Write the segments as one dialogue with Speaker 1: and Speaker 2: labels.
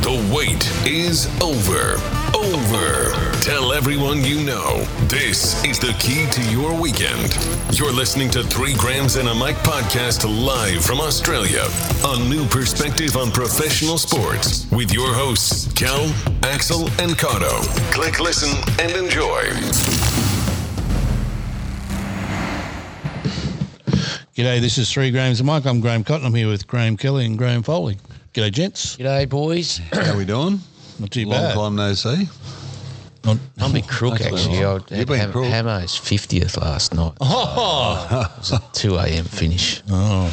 Speaker 1: The wait is over. Over. Tell everyone you know. This is the key to your weekend. You're listening to Three Grams and a Mic podcast live from Australia. A new perspective on professional sports with your hosts, Kel, Axel, and Cotto. Click, listen, and enjoy.
Speaker 2: G'day, this is Three Grams of Mike. I'm Graham Cotton. I'm here with Graham Kelly and Graham Foley. G'day, gents.
Speaker 3: G'day, boys.
Speaker 4: How we doing?
Speaker 2: Not too
Speaker 4: Long
Speaker 2: bad.
Speaker 4: time no see.
Speaker 2: Not-
Speaker 3: I'm in crook
Speaker 4: That's
Speaker 3: actually. I
Speaker 4: all right.
Speaker 3: had
Speaker 4: You've been
Speaker 3: Ham-
Speaker 4: crook.
Speaker 3: Hamo's 50th last night.
Speaker 2: oh,
Speaker 3: It was a 2 a.m. finish.
Speaker 4: Oh.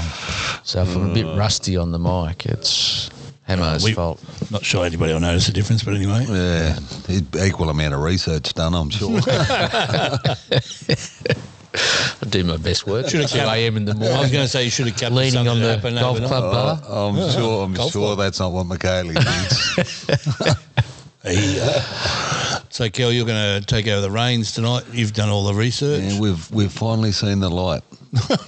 Speaker 3: So if I'm a bit rusty on the mic, it's Hamo's
Speaker 2: We-
Speaker 3: fault.
Speaker 2: not sure anybody will notice the difference, but anyway.
Speaker 4: Yeah, it- equal amount of research done, I'm sure.
Speaker 3: I do my best work.
Speaker 2: Should
Speaker 3: 2
Speaker 2: have come-
Speaker 3: a.m. in the
Speaker 2: I was
Speaker 3: morning.
Speaker 2: going to say you should have kept
Speaker 3: Leaning
Speaker 2: something
Speaker 3: on
Speaker 2: that
Speaker 3: the
Speaker 2: happened
Speaker 3: golf
Speaker 2: overnight.
Speaker 3: club bar.
Speaker 4: I'm sure. I'm
Speaker 2: Golf
Speaker 4: sure
Speaker 2: ball.
Speaker 4: that's not what McKaylee thinks.
Speaker 2: Hey, uh, so, Kel, you're going to take over the reins tonight. You've done all the research.
Speaker 4: Yeah, we've we've finally seen the light.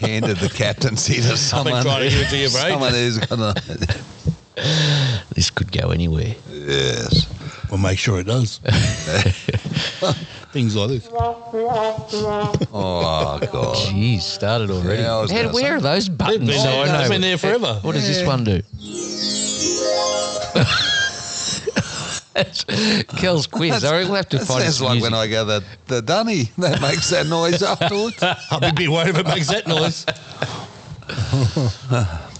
Speaker 4: Handed the captaincy to someone.
Speaker 2: trying to give it to you, mate.
Speaker 4: Someone who's gonna.
Speaker 3: This could go anywhere.
Speaker 4: yes.
Speaker 2: We'll make sure it does. Things like this.
Speaker 4: Oh God.
Speaker 3: Jeez, started already.
Speaker 4: Yeah, I was
Speaker 3: How-
Speaker 4: gonna
Speaker 3: where
Speaker 4: say.
Speaker 3: are those
Speaker 2: They've
Speaker 3: buttons?
Speaker 2: been,
Speaker 3: So I
Speaker 2: there, they've
Speaker 3: know.
Speaker 2: been there forever.
Speaker 3: What does this one do? Kel's quiz. I reckon we'll have to
Speaker 4: That
Speaker 3: find
Speaker 4: sounds
Speaker 3: some
Speaker 4: like
Speaker 3: music.
Speaker 4: when I go the the dunny that makes that noise afterwards.
Speaker 2: I'll be a bit worried if it makes that noise.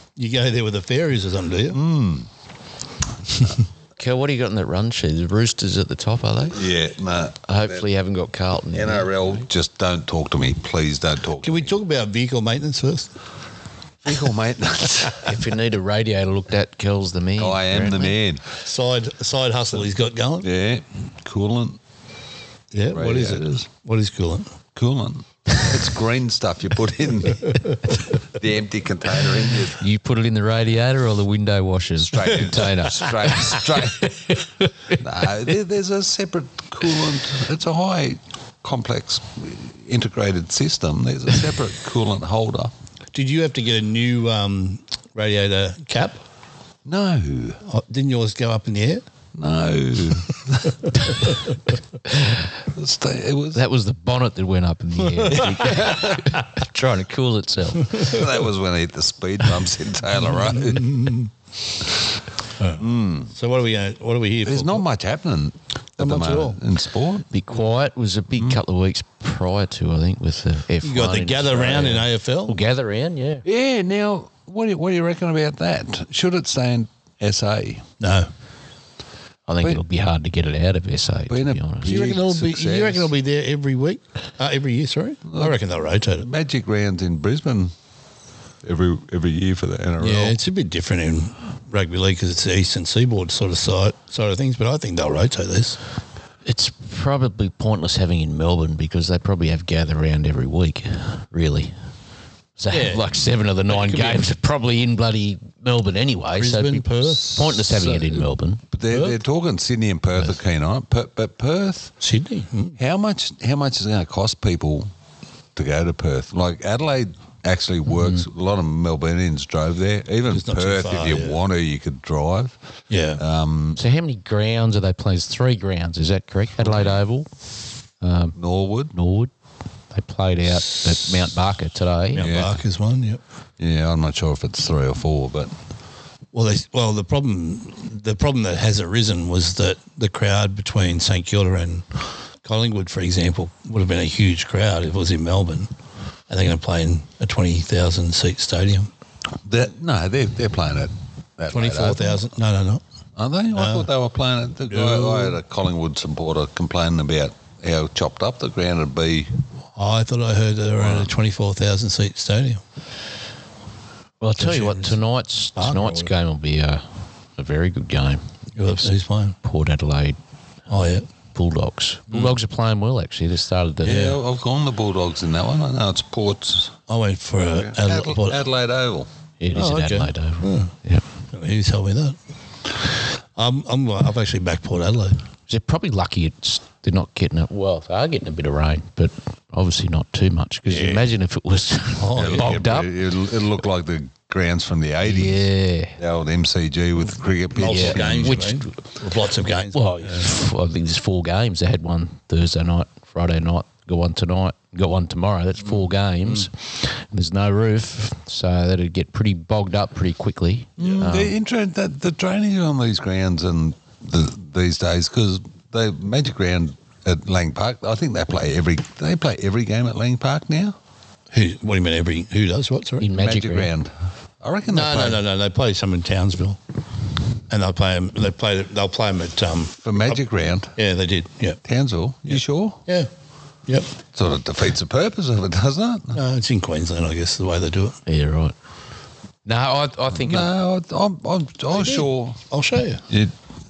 Speaker 2: you go there with the fairies or something, do you?
Speaker 3: Mm. Kel, what do you got in that run sheet? The Roosters at the top, are they?
Speaker 4: yeah. No.
Speaker 3: Hopefully, you haven't got Carlton. in there.
Speaker 4: NRL, just don't talk to me, please. Don't talk.
Speaker 2: Can we talk about vehicle maintenance first?
Speaker 4: Vehicle maintenance.
Speaker 3: If you need a radiator looked at, Kel's the man.
Speaker 4: I am the
Speaker 3: apparently.
Speaker 4: man.
Speaker 2: Side side hustle he's got going.
Speaker 4: Yeah. Coolant.
Speaker 2: Yeah, what is
Speaker 4: Radiators.
Speaker 2: it? What is coolant?
Speaker 4: Coolant. it's green stuff you put in the empty container in your
Speaker 3: You put it in the radiator or the window washers
Speaker 4: straight
Speaker 3: container.
Speaker 4: Straight, straight. no, there, there's a separate coolant. It's a high complex integrated system. There's a separate coolant holder.
Speaker 2: Did you have to get a new um, radiator cap?
Speaker 4: No,
Speaker 2: Oh, Didn't yours go up in the air?
Speaker 4: no. It's the- it was
Speaker 3: That was the bonnet that went up in the air, trying to cool itself.
Speaker 4: that was when I hit the speed bumps in Taylor Road.
Speaker 2: So what are we going? What are we here
Speaker 4: There's
Speaker 2: for?
Speaker 4: not much happening at the
Speaker 2: much at
Speaker 4: moment
Speaker 2: all.
Speaker 4: in sport.
Speaker 3: Be quiet was a big couple of weeks prior to, I think, with the F1.
Speaker 2: you got the
Speaker 3: in
Speaker 2: gather
Speaker 3: Australia.
Speaker 2: round in
Speaker 3: Well,
Speaker 2: AFL.
Speaker 3: gather round, yeah.
Speaker 4: Yeah. Now, what do you, what do you reckon about that? Should it stay in SA?
Speaker 2: No.
Speaker 3: I think
Speaker 4: But-
Speaker 3: it'll be hard to get it out of SA, to
Speaker 4: Been a
Speaker 3: be honest.
Speaker 2: Do you reckon
Speaker 4: Huge
Speaker 2: it'll be?
Speaker 4: success.
Speaker 2: You reckon it'll be there every week, uh, every year? Sorry, I reckon they'll rotate it.
Speaker 4: Magic rounds in Brisbane every every year for the NRL.
Speaker 2: Yeah, it's a bit different in rugby league because it's the eastern seaboard sort of side side of things. But I think they'll rotate this.
Speaker 3: It's probably pointless having in Melbourne because they probably have gather round every week, really. So they have
Speaker 2: Yeah.
Speaker 3: like seven of the nine
Speaker 2: could be a-
Speaker 3: games are probably in bloody Melbourne anyway. so
Speaker 2: Brisbane,
Speaker 3: it'd be
Speaker 2: Perth.
Speaker 3: pointless having it in Melbourne.
Speaker 4: But they're, they're talking Sydney and Perth are keen on it. Per, but Perth,
Speaker 2: Sydney. Hmm.
Speaker 4: how much how much is it going to cost people to go to Perth? Like Adelaide actually works. A lot of Melbourneians drove there. Even
Speaker 2: It's not too
Speaker 4: Perth,
Speaker 2: far,
Speaker 4: if you
Speaker 2: yeah.
Speaker 4: want to, you could drive.
Speaker 2: Yeah.
Speaker 3: So how many grounds are they playing? It's three grounds, is that correct? Adelaide Oval,
Speaker 4: Norwood.
Speaker 3: Norwood. They played out at Mount Barker today.
Speaker 2: Mount
Speaker 4: yeah.
Speaker 2: Barker's one. Yep.
Speaker 4: Yeah, I'm not sure if it's three or four, but
Speaker 2: Well, they, well, the problem the problem that has arisen was that the crowd between St Kilda and Collingwood, for example, would have been a huge crowd if it was in Melbourne, and they're going to play in a twenty thousand seat stadium.
Speaker 4: they're, no, they're they're playing it.
Speaker 2: Twenty four thousand? No, no, no.
Speaker 4: Are they? I thought they were playing it. The guy,
Speaker 2: No.
Speaker 4: I had a Collingwood supporter complaining about how chopped up the ground would be.
Speaker 2: I thought I heard they were in a twenty four thousand seat stadium.
Speaker 3: Well, I'll tell you what,
Speaker 2: Shepherds.
Speaker 3: tonight's
Speaker 2: Barker
Speaker 3: tonight's
Speaker 2: or-
Speaker 3: game will be a, a very good game.
Speaker 2: Who's who's playing?
Speaker 3: Port Adelaide
Speaker 2: Oh yeah,
Speaker 3: Bulldogs. Bulldogs are playing well actually. They started the
Speaker 4: Yeah, I've gone the Bulldogs in that one. I know it's Ports,
Speaker 2: I went for a.
Speaker 4: Adela-
Speaker 2: Adela- what-
Speaker 4: Adelaide Oval.
Speaker 3: It is
Speaker 2: Oh,
Speaker 3: in
Speaker 2: okay.
Speaker 3: Adelaide Oval. Yeah.
Speaker 2: Who told me that? I'm I'm I've actually backed Port Adelaide.
Speaker 3: They're probably lucky it's they're not getting it. Well, they are getting a bit of rain, but obviously not too much. Because imagine if it was
Speaker 2: Oh,
Speaker 3: bogged up.
Speaker 4: It, it, it looked like the grounds from the
Speaker 3: uh,
Speaker 4: 80s.
Speaker 3: Yeah.
Speaker 4: The old MCG with cricket pitch.
Speaker 2: Lots
Speaker 3: Yeah.
Speaker 2: of games,
Speaker 3: Which-
Speaker 2: Which, with lots of games.
Speaker 3: Well, pff, I think there's four games. They had one Thursday night, Friday night, got one tonight, got one tomorrow. That's four games. There's no roof, so that'd get pretty bogged up pretty quickly.
Speaker 4: Mm, the, inter- the, the drainage on these grounds and the, these days because the Magic Ground at Lang Park, I think they play every they play every game at Lang Park now.
Speaker 2: who, what do you mean? Every who does what? Sorry.
Speaker 3: In Magic, Round.
Speaker 4: I reckon.
Speaker 2: no,
Speaker 4: they
Speaker 2: no,
Speaker 4: play
Speaker 2: no, no. They play some in Townsville, and they play 'em- They play. They'll play them at. Um,
Speaker 4: for Magic Round.
Speaker 2: yeah, they did. Yeah,
Speaker 4: Townsville, you sure?
Speaker 2: yeah, yep.
Speaker 4: Sort of defeats the purpose of it, doesn't it?
Speaker 2: No, it's in Queensland, I guess, the way they do it.
Speaker 3: Yeah, right. No, I, I think it-
Speaker 4: No, I- I'm, I'm, I'm sure.
Speaker 2: I'll show you.
Speaker 4: You,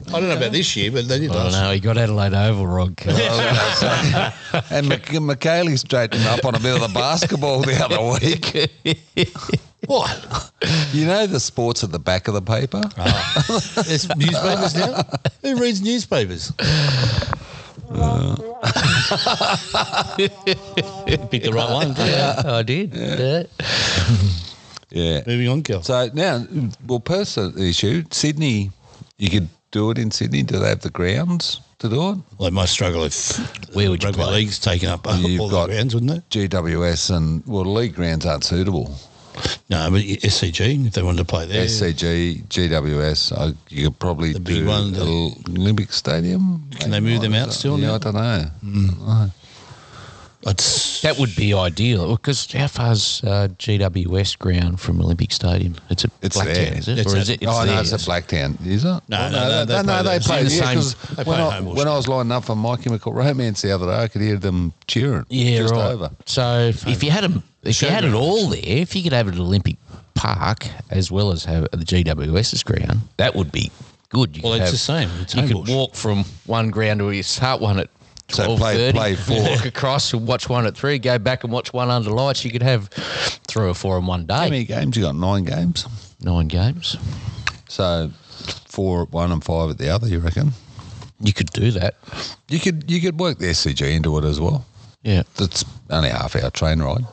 Speaker 2: I don't know about this year, but they did
Speaker 3: I don't
Speaker 2: last.
Speaker 3: know. He got Adelaide Oval wrong.
Speaker 4: and Mc, McKaylee straightened up on a bit of the basketball the other week.
Speaker 2: What? Ah.
Speaker 4: You know the sports at the back of the paper.
Speaker 2: There's newspapers now. Who reads newspapers? Pick the right one. didn't you?
Speaker 3: I did. Yeah.
Speaker 4: Yeah.
Speaker 2: Moving on, Kel.
Speaker 4: So now, well, Perth's an issue. Sydney, you could do it in Sydney. Do they have the grounds to do it?
Speaker 2: Like my struggle if
Speaker 3: Where would you
Speaker 2: rugby
Speaker 3: play?
Speaker 2: league's taken up
Speaker 4: You've
Speaker 2: all the
Speaker 4: got-
Speaker 2: grounds, wouldn't it?
Speaker 4: GWS and well, league grounds aren't suitable.
Speaker 2: No, but SCG if they wanted to play there.
Speaker 4: SCG, GWS, I, uh, you could probably
Speaker 2: The big
Speaker 4: do
Speaker 2: one,
Speaker 4: the
Speaker 2: the-
Speaker 4: Olympic Stadium.
Speaker 2: Can they move them out still
Speaker 4: Yeah,
Speaker 2: now? Mm.
Speaker 4: I don't know.
Speaker 2: That's-
Speaker 3: That would be ideal because how far's uh, GWS ground from Olympic Stadium? It's at
Speaker 4: It's
Speaker 3: Blacktown,
Speaker 4: there.
Speaker 3: is it?
Speaker 2: It's
Speaker 3: or
Speaker 2: at-
Speaker 3: is it? It's
Speaker 4: oh,
Speaker 3: there.
Speaker 4: no, it's at Blacktown, is it?
Speaker 2: no, no, they play there. It's
Speaker 4: play
Speaker 3: in the
Speaker 4: yeah,
Speaker 3: same-
Speaker 4: 'cause
Speaker 2: they play
Speaker 4: when, I,
Speaker 2: home or
Speaker 4: when I was lining up for My Chemical Romance the other day, I could hear them cheering.
Speaker 3: Yeah,
Speaker 4: just
Speaker 3: right.
Speaker 4: over.
Speaker 3: So if, if you had 'em- if you had it all there, if you could have it at Olympic Park as well as have the GWS's ground, that would be good. You
Speaker 2: Well,
Speaker 3: could
Speaker 2: it's
Speaker 3: have-
Speaker 2: the same. It's
Speaker 3: you
Speaker 2: Homebush.
Speaker 3: could walk from one ground to you start one at.
Speaker 4: So
Speaker 3: twelve
Speaker 4: play-
Speaker 3: thirty.
Speaker 4: play four.
Speaker 3: Walk across and watch one at three. Go back and watch one under lights. You could have three or four in one
Speaker 4: How
Speaker 3: day.
Speaker 4: many games you got? Nine games.
Speaker 3: Nine games.
Speaker 4: So four at one and five at the other. You reckon?
Speaker 3: You could do that.
Speaker 4: You could you could work the SCG into it as well.
Speaker 3: Yeah.
Speaker 4: That's only a half hour train ride.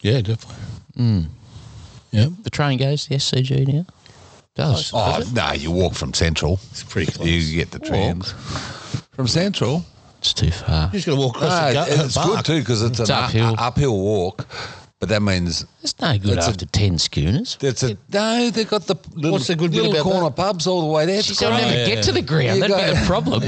Speaker 2: Yeah, definitely. Yeah,
Speaker 3: The train goes to the SCG now. Does.
Speaker 4: Oh no, you walk from Central.
Speaker 2: it's pretty close.
Speaker 4: You get the trams from Central.
Speaker 3: It's too far.
Speaker 2: You just got to walk across
Speaker 4: No,
Speaker 2: the uh, gut,
Speaker 4: it's good too because it's, an uphill.
Speaker 3: uphill.
Speaker 4: uphill walk. But that means
Speaker 3: It's no good
Speaker 4: It's a-
Speaker 3: after ten schooners.
Speaker 4: it's a no. They got the little,
Speaker 2: What's the good bit
Speaker 4: little
Speaker 2: about
Speaker 4: corner pubs all the way there.
Speaker 3: She's
Speaker 4: It's
Speaker 3: going to
Speaker 4: great.
Speaker 3: never
Speaker 2: yeah.
Speaker 3: get to the ground.
Speaker 4: You
Speaker 3: That'd
Speaker 4: go-
Speaker 3: be the problem.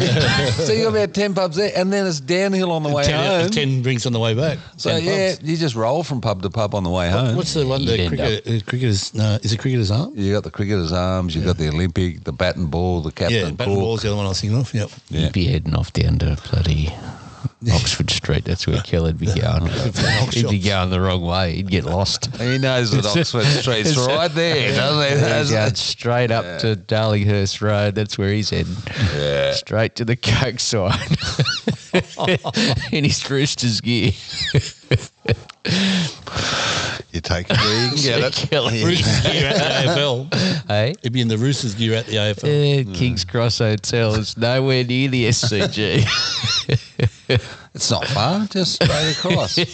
Speaker 4: so you got about ten pubs there, and then it's downhill on the way
Speaker 2: Ten,
Speaker 4: home.
Speaker 2: ten drinks on the way back.
Speaker 4: so
Speaker 2: Ten
Speaker 4: yeah,
Speaker 2: pubs.
Speaker 4: you just roll from pub to pub on the way home.
Speaker 2: What's the one?
Speaker 3: You'd
Speaker 2: The
Speaker 3: end
Speaker 2: cricket, uh, cricketers. No, is it cricketers arm?
Speaker 4: You got the cricketers' arms. You've got the Olympic, the bat and ball, the captain.
Speaker 2: Yeah, batting
Speaker 4: Cook.
Speaker 2: ball's the other one I was thinking of. Yep.
Speaker 4: Yeah.
Speaker 3: He'd be heading off down to bloody Oxford Street. That's where Kelly'd be going. He'd be going the wrong way. He'd get lost.
Speaker 4: He knows that Oxford Street's right there, doesn't he?
Speaker 3: He's
Speaker 4: Doesn't
Speaker 3: going
Speaker 4: it?
Speaker 3: straight up to Darlinghurst Road. That's where he's heading. Straight to the coke side in his rooster's gear.
Speaker 4: You take it where you can get it.
Speaker 3: Kelly.
Speaker 2: Roosters gear at the AFL.
Speaker 3: Hey?
Speaker 2: It'd be in the Roosters gear at the AFL.
Speaker 3: Uh, King's Cross Hotel is nowhere near the SCG.
Speaker 4: It's not far, just straight across. the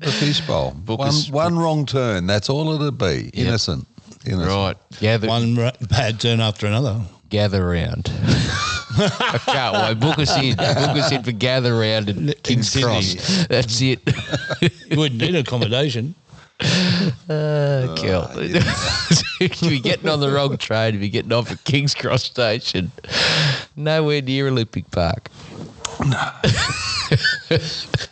Speaker 4: fishbowl. One, one wrong turn, that's all it'd be. Innocent. Innocent.
Speaker 3: right. Gather,
Speaker 2: One ra- bad turn after another.
Speaker 3: gather round. I can't wait. Book us in. Book us in for gather round at King's
Speaker 2: Sydney.
Speaker 3: Cross. That's it.
Speaker 2: You wouldn't need accommodation.
Speaker 3: Uh, Kel.
Speaker 5: Ah,
Speaker 3: if you're getting on the wrong train, if you're getting off at King's Cross Station, nowhere near Olympic Park.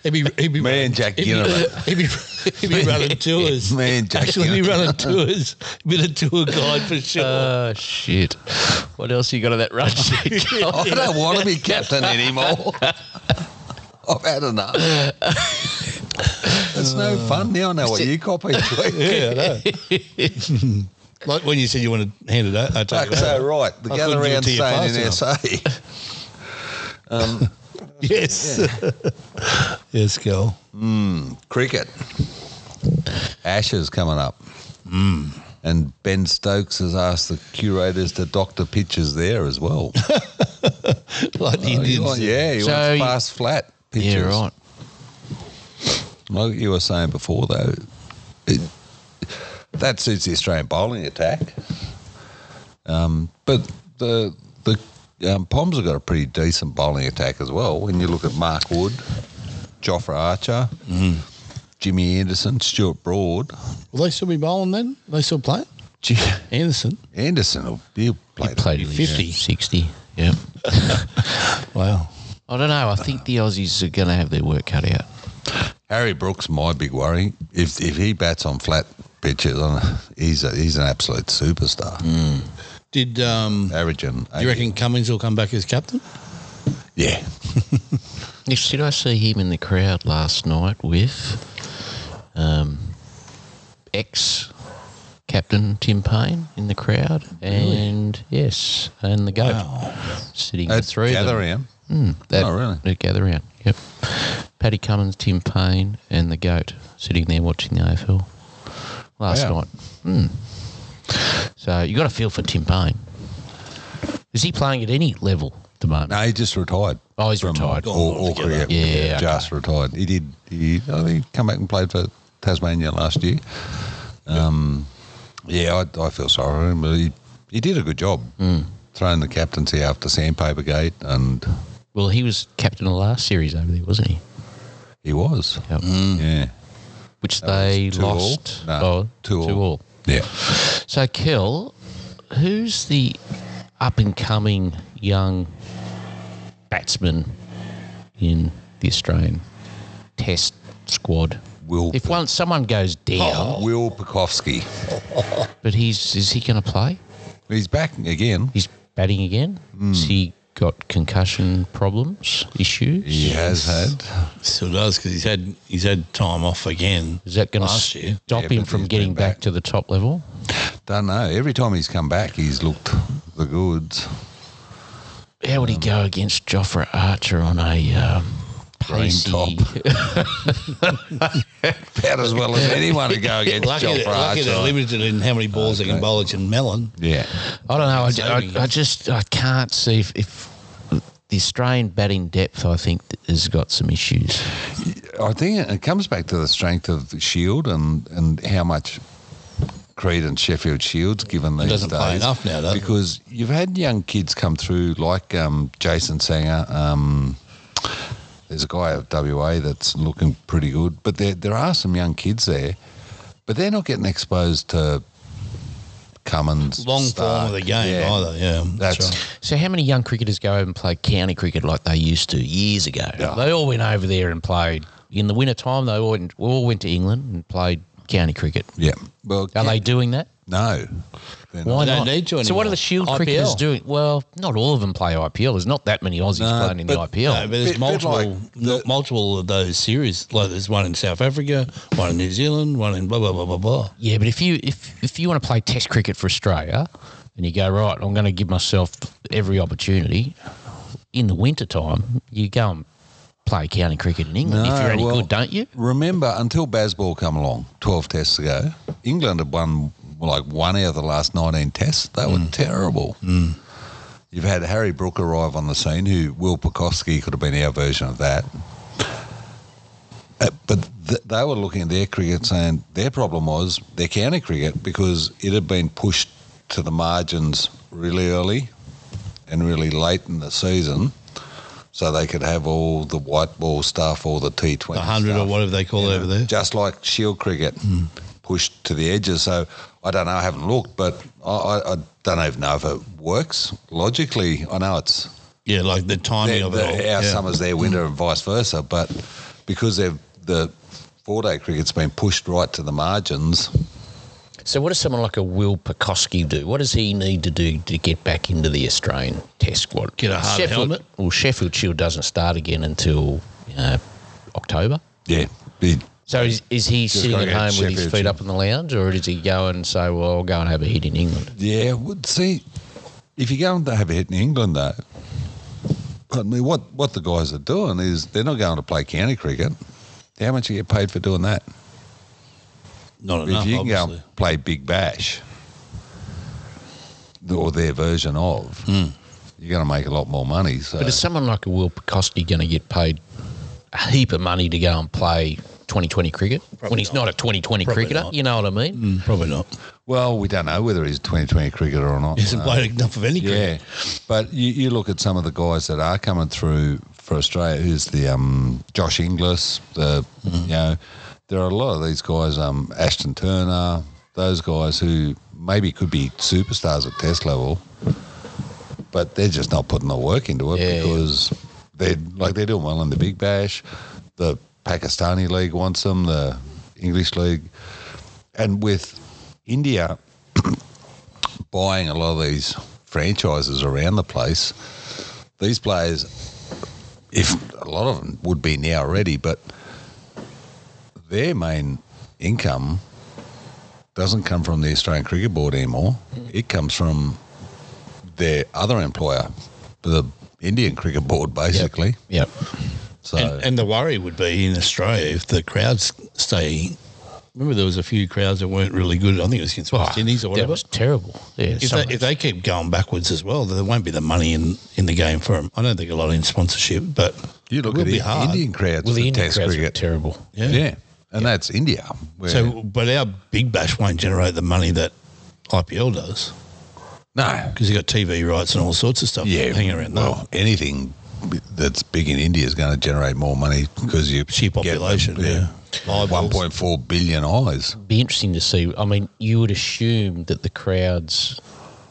Speaker 2: He'd be, he'd be
Speaker 4: Me and Jack
Speaker 2: he'd be,
Speaker 4: Ginnivan.
Speaker 2: he'd be, he'd be running tours.
Speaker 4: Me and Jack
Speaker 2: Actually, he'd be running tours. Be the tour guide for sure.
Speaker 3: Oh, shit. What else you got on that run Oh, sheet? Kel?
Speaker 4: I don't want to be captain anymore. I've had enough. It's no fun now. I know what you copy.
Speaker 2: yeah, I know. like when you said you want to hand it out, I take it
Speaker 4: so
Speaker 2: over.
Speaker 4: right, the
Speaker 2: I
Speaker 4: gather
Speaker 2: couldn't do it
Speaker 4: round
Speaker 2: to you
Speaker 4: saying
Speaker 2: fast
Speaker 4: in
Speaker 2: enough.
Speaker 4: SA.
Speaker 2: Yes. yes, girl.
Speaker 4: Cricket. Ashes coming up. Mm. And Ben Stokes has asked the curators to doctor pictures there as well.
Speaker 2: Like
Speaker 3: Oh,
Speaker 2: the
Speaker 4: He
Speaker 2: Indians.
Speaker 4: wants- yeah, he
Speaker 3: So
Speaker 4: wants
Speaker 3: you-
Speaker 4: fast flat pictures.
Speaker 3: yeah, right.
Speaker 4: Like you were saying before, though, it, that suits the Australian bowling attack. Um, but the the um, Poms have got a pretty decent bowling attack as well. When you look at Mark Wood, Jofra Archer,
Speaker 3: Mm.
Speaker 4: Jimmy Anderson, Stuart Broad,
Speaker 2: Will they still be bowling then? Will they still playing?
Speaker 4: G-
Speaker 2: Anderson.
Speaker 4: Anderson will be played.
Speaker 5: Played
Speaker 2: Be
Speaker 5: till he's
Speaker 2: 50.
Speaker 5: 60. Yeah.
Speaker 2: Wow.
Speaker 5: I don't know. I think the Aussies are going to have their work cut out.
Speaker 4: Harry Brooks, my big worry. If if he bats on flat pitches, on he's a, he's an absolute superstar.
Speaker 3: Mm.
Speaker 2: Did um,
Speaker 4: Averaging,
Speaker 2: do you reckon Cummings will come back as captain?
Speaker 4: Yeah,
Speaker 5: Yes, did I see him in the crowd last night with um, ex captain Tim Payne in the crowd? And yes, and the goat sitting
Speaker 4: at
Speaker 5: with three of them.
Speaker 4: Gathering.
Speaker 5: That,
Speaker 4: Oh, really?
Speaker 5: At Gather Round, yep. Paddy Cummins, Tim Payne, and the goat sitting there watching the AFL last
Speaker 4: Wow.
Speaker 5: night. Mm. So you got to feel for Tim Payne. Is he playing at any level at the moment?
Speaker 4: No, he just retired.
Speaker 5: Oh, he's
Speaker 4: from
Speaker 5: retired.
Speaker 4: All, all
Speaker 2: Altogether.
Speaker 4: cricket.
Speaker 5: Yeah,
Speaker 4: just retired. He did. He I think he come back and played for Tasmania last year. Um, yeah, I, I feel sorry for him, but he, he did a good job
Speaker 5: Hmm.
Speaker 4: throwing the captaincy after Sandpaper Gate, and
Speaker 5: Well, he was captain of the last series over there, wasn't he?
Speaker 4: he was. Mm.
Speaker 5: Yep.
Speaker 4: Yeah,
Speaker 5: Which
Speaker 4: was
Speaker 5: they
Speaker 4: two all.
Speaker 5: lost.
Speaker 4: No,
Speaker 5: oh,
Speaker 4: two all. yeah.
Speaker 5: So, Kel, who's the up and coming young batsman in the Australian Test squad?
Speaker 4: Will
Speaker 5: If one someone goes down,
Speaker 4: Will Pekowski.
Speaker 5: but he's is he going to play?
Speaker 4: He's back again.
Speaker 5: He's batting again. Has he got concussion problems issues?
Speaker 4: He has had.
Speaker 2: Still does because he's had he's had time off again.
Speaker 5: Is that going to
Speaker 2: Last year.
Speaker 5: stop
Speaker 4: Yeah,
Speaker 5: him
Speaker 4: but
Speaker 5: from
Speaker 4: he's been
Speaker 5: getting back
Speaker 4: back.
Speaker 5: to the top level?
Speaker 4: Don't know. Every time he's come back, he's looked the goods.
Speaker 5: How would he go against Jofra Archer on a um,
Speaker 4: Green
Speaker 5: pacey?
Speaker 4: top. About as well as anyone to go against
Speaker 2: Lucky,
Speaker 4: Joffre
Speaker 2: lucky they're
Speaker 4: Archer.
Speaker 2: limited in how many balls they can bowl at Jan Mellon.
Speaker 4: Yeah.
Speaker 5: I don't know. I,
Speaker 2: So
Speaker 5: I-
Speaker 2: we-
Speaker 5: I just I can't see if, if the Australian batting depth. I think th- has got some issues.
Speaker 4: I think it comes back to the strength of the Shield E and, and how much credence Sheffield Shields E given these
Speaker 2: doesn't
Speaker 4: days.
Speaker 2: play enough now, does it?
Speaker 4: Because you've had young kids come through like um, Jason Sanger. Um, there's a guy at WA that's looking pretty good, but there there are some young kids there, but they're not getting exposed to Cummins
Speaker 2: Long form
Speaker 4: Stark.
Speaker 2: of the game
Speaker 4: Yeah.
Speaker 2: either. Yeah,
Speaker 4: That's,
Speaker 5: So how many young cricketers go over and play county cricket like they used to years ago?
Speaker 4: Yeah.
Speaker 5: They all went over there and played in the winter time. They all went, we all went to England and played county cricket.
Speaker 4: yeah. Well,
Speaker 5: Are they doing that?
Speaker 4: no. They're not.
Speaker 5: Why
Speaker 2: They
Speaker 5: not?
Speaker 2: don't need to
Speaker 5: So what
Speaker 2: anymore.
Speaker 5: are the Shield
Speaker 2: IPL.
Speaker 5: cricketers doing? Well, not all of them play IPL. There's not that many Aussies
Speaker 4: No,
Speaker 5: playing in
Speaker 4: but-
Speaker 5: the IPL.
Speaker 2: No, but there's
Speaker 4: Bit- bit
Speaker 2: multiple
Speaker 4: like the-
Speaker 2: not multiple of those series. Like there's one in South Africa, one in New Zealand, one in blah blah blah blah blah.
Speaker 5: Yeah, but if you if if you want to play Test cricket for Australia, and you go right, I'm going to give myself every opportunity in the winter time, you go and play county cricket in England if
Speaker 4: No,
Speaker 5: you're any
Speaker 4: well-
Speaker 5: good, don't you?
Speaker 4: Remember, until Basball come along, 12 tests ago, England had won like one out of the last 19 tests. They were
Speaker 2: Mm.
Speaker 4: terrible. You've had Harry Brook arrive on the scene, who Will Pekowski could have been our version of that. Uh, But th- they were looking at their cricket saying their problem was their county cricket because it had been pushed to the margins really early and really late in the season so they could have all the white ball stuff, all the T20
Speaker 2: The hundred or
Speaker 4: stuff
Speaker 2: whatever they call it over there. Hmm.
Speaker 4: just like shield cricket, pushed to the edges. So I don't know. I haven't looked, but I, I, I don't even know if it works logically. I know it's
Speaker 2: Yeah, like the timing
Speaker 4: their-
Speaker 2: of it.
Speaker 4: their-
Speaker 2: All.
Speaker 4: our
Speaker 2: yeah.
Speaker 4: summer's their winter and vice versa, but because they've the four day cricket's been pushed right to the margins.
Speaker 5: So, what does someone like a Will Pekoski do? What does he need to do to get back into the Australian Test squad?
Speaker 2: Get a hard
Speaker 5: Sheffield,
Speaker 2: helmet?
Speaker 5: Well, Sheffield Shield doesn't start again until uh, October.
Speaker 4: Yeah. Be-
Speaker 5: So is, is he sitting
Speaker 4: gotta
Speaker 5: at
Speaker 4: get
Speaker 5: home with his
Speaker 4: Sheffield
Speaker 5: feet
Speaker 4: Shield.
Speaker 5: up in the lounge, or does he go and say, "Well, I'll go and have a hit in England"?
Speaker 4: Yeah, would see if you go and have a hit in England though. I mean, what what the guys are doing is they're not going to play county cricket. How much you get paid for doing that?
Speaker 2: Not
Speaker 4: if
Speaker 2: enough.
Speaker 4: you can go
Speaker 2: obviously.
Speaker 4: and play Big Bash or their version of,
Speaker 2: Hmm.
Speaker 4: you're going to make a lot more money. So
Speaker 5: But is someone like a Will Pekoski going to get paid a heap of money to go and play 2020 cricket when he's not, a 2020
Speaker 2: Probably
Speaker 5: cricketer.
Speaker 2: not.
Speaker 5: You know what I mean?
Speaker 2: Mm, probably not.
Speaker 4: Well, we don't know whether he's a 2020 cricketer or not.
Speaker 2: He hasn't
Speaker 4: Uh,
Speaker 2: played enough of any
Speaker 4: Yeah,
Speaker 2: cricket.
Speaker 4: but you, you look at some of the guys that are coming through for Australia. Who's the um, Josh Inglis? The you know, there are a lot of these guys. Um, Ashton Turner, those guys who maybe could be superstars at Test level, but they're just not putting the work into it
Speaker 5: Yeah, yeah.
Speaker 4: because they're like they're doing well in the Big Bash. The Pakistani league wants them. The English league, and with India buying a lot of these franchises around the place, these players, if a lot of them would be now ready, but their main income doesn't come from the Australian Cricket Board anymore. It comes from their other employer, the Indian Cricket Board, basically.
Speaker 5: Yep.
Speaker 4: So
Speaker 2: and, and the worry would be in Australia if the crowds stay. Remember, there was a few crowds that weren't really good. I think it was against West Indies or
Speaker 5: That
Speaker 2: whatever.
Speaker 5: was terrible. Yeah,
Speaker 2: if,
Speaker 5: some-
Speaker 2: they, if they keep going backwards as well, there won't be the money in, in the game for them. I don't think a lot in sponsorship, but
Speaker 4: you look
Speaker 2: it will
Speaker 4: at the
Speaker 2: be hard.
Speaker 4: Indian crowds
Speaker 5: well,
Speaker 4: for
Speaker 5: the Indian
Speaker 4: Test
Speaker 5: crowds were
Speaker 4: cricket.
Speaker 5: terrible.
Speaker 2: yeah.
Speaker 4: yeah. And that's India. Where,
Speaker 2: So, but our big bash won't generate the money that IPL does
Speaker 4: no,
Speaker 2: because you got TV rights and all sorts of stuff hanging around.
Speaker 4: Well,
Speaker 2: Well,
Speaker 4: anything that's big in India is going to generate more money because you
Speaker 2: sheer population.
Speaker 4: get,
Speaker 2: yeah. Eyeballs.
Speaker 4: one point four billion eyes.
Speaker 5: be interesting to see. I mean, you would assume that the crowds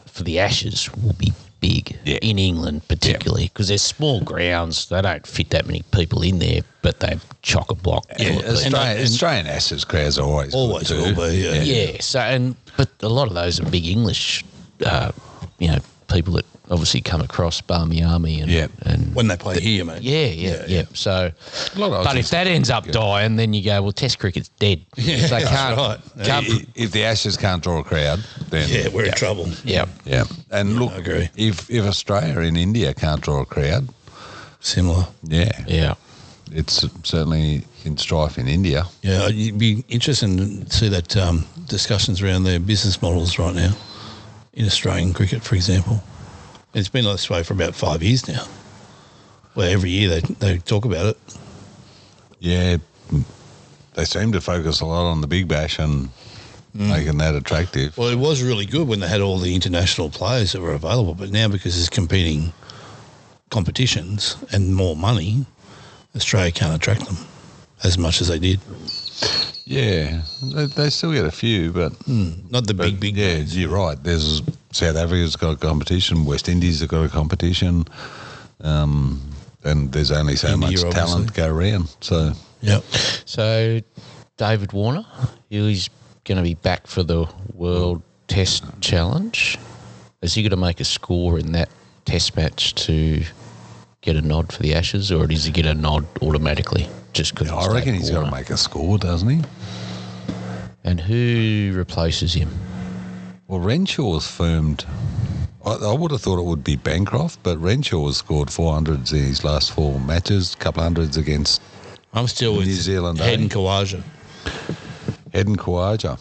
Speaker 5: for the Ashes will be big
Speaker 4: Yeah.
Speaker 5: in England, particularly because they're small grounds. They don't fit that many people in there, but they chock a block. full of
Speaker 2: Yeah,
Speaker 5: people.
Speaker 4: Australian,
Speaker 2: and-
Speaker 4: Australian Ashes crowds are always good
Speaker 2: Always
Speaker 4: too.
Speaker 2: will be. Yeah.
Speaker 5: yeah. So, and but a lot of those are big English, uh, you know, people that obviously come across Barmy Army and
Speaker 4: Yeah.
Speaker 5: and
Speaker 2: When they play here, mate.
Speaker 5: yeah, yeah, yeah, So,
Speaker 4: A lot of
Speaker 5: but if
Speaker 4: Aussies-
Speaker 5: that ends up dying, then you go well. Test cricket's dead. Yeah, they
Speaker 2: that's
Speaker 5: can't.
Speaker 2: right.
Speaker 5: can't-
Speaker 4: i- if the Ashes can't draw a crowd, then
Speaker 2: Yeah, we're in trouble.
Speaker 5: yeah.
Speaker 4: yeah. And look,
Speaker 2: I agree.
Speaker 4: if if Australia and India can't draw a crowd,
Speaker 2: Similar.
Speaker 4: yeah,
Speaker 5: Yeah.
Speaker 4: it's certainly in strife in India.
Speaker 2: Yeah, it'd be interesting to see that um, discussions around their business models right now in Australian cricket, for example. It's been like this way for about five years now, where every year they, they talk about it.
Speaker 4: Yeah, they seem to focus a lot on the Big Bash and
Speaker 2: Mm.
Speaker 4: making that attractive.
Speaker 2: Well, it was really good when they had all the international players that were available, but now because there's competing competitions and more money, Australia can't attract them as much as they did.
Speaker 4: Yeah, they, they still get a few, but
Speaker 2: Not the big, big
Speaker 4: yeah,
Speaker 2: names.
Speaker 4: you're right. There's South Africa's got a competition, West Indies have got a competition, um, and there's only so
Speaker 2: India,
Speaker 4: much talent
Speaker 2: obviously.
Speaker 4: go around. So
Speaker 2: Yep.
Speaker 5: So, David Warner, he's going to be back for the World Test Challenge. Is he going to make a score in that Test match to get a nod for the Ashes, or does he get a nod automatically just because?
Speaker 4: I reckon he's got to make a score, doesn't he?
Speaker 5: And who replaces him?
Speaker 4: Well, Renshaw's firmed. I, I would have thought it would be Bancroft, but Renshaw has scored 400s in his last four matches, couple hundreds against
Speaker 2: I'm still with
Speaker 4: New Zealand, eh?
Speaker 2: Head and Kawaja.
Speaker 4: Head and Kawaja.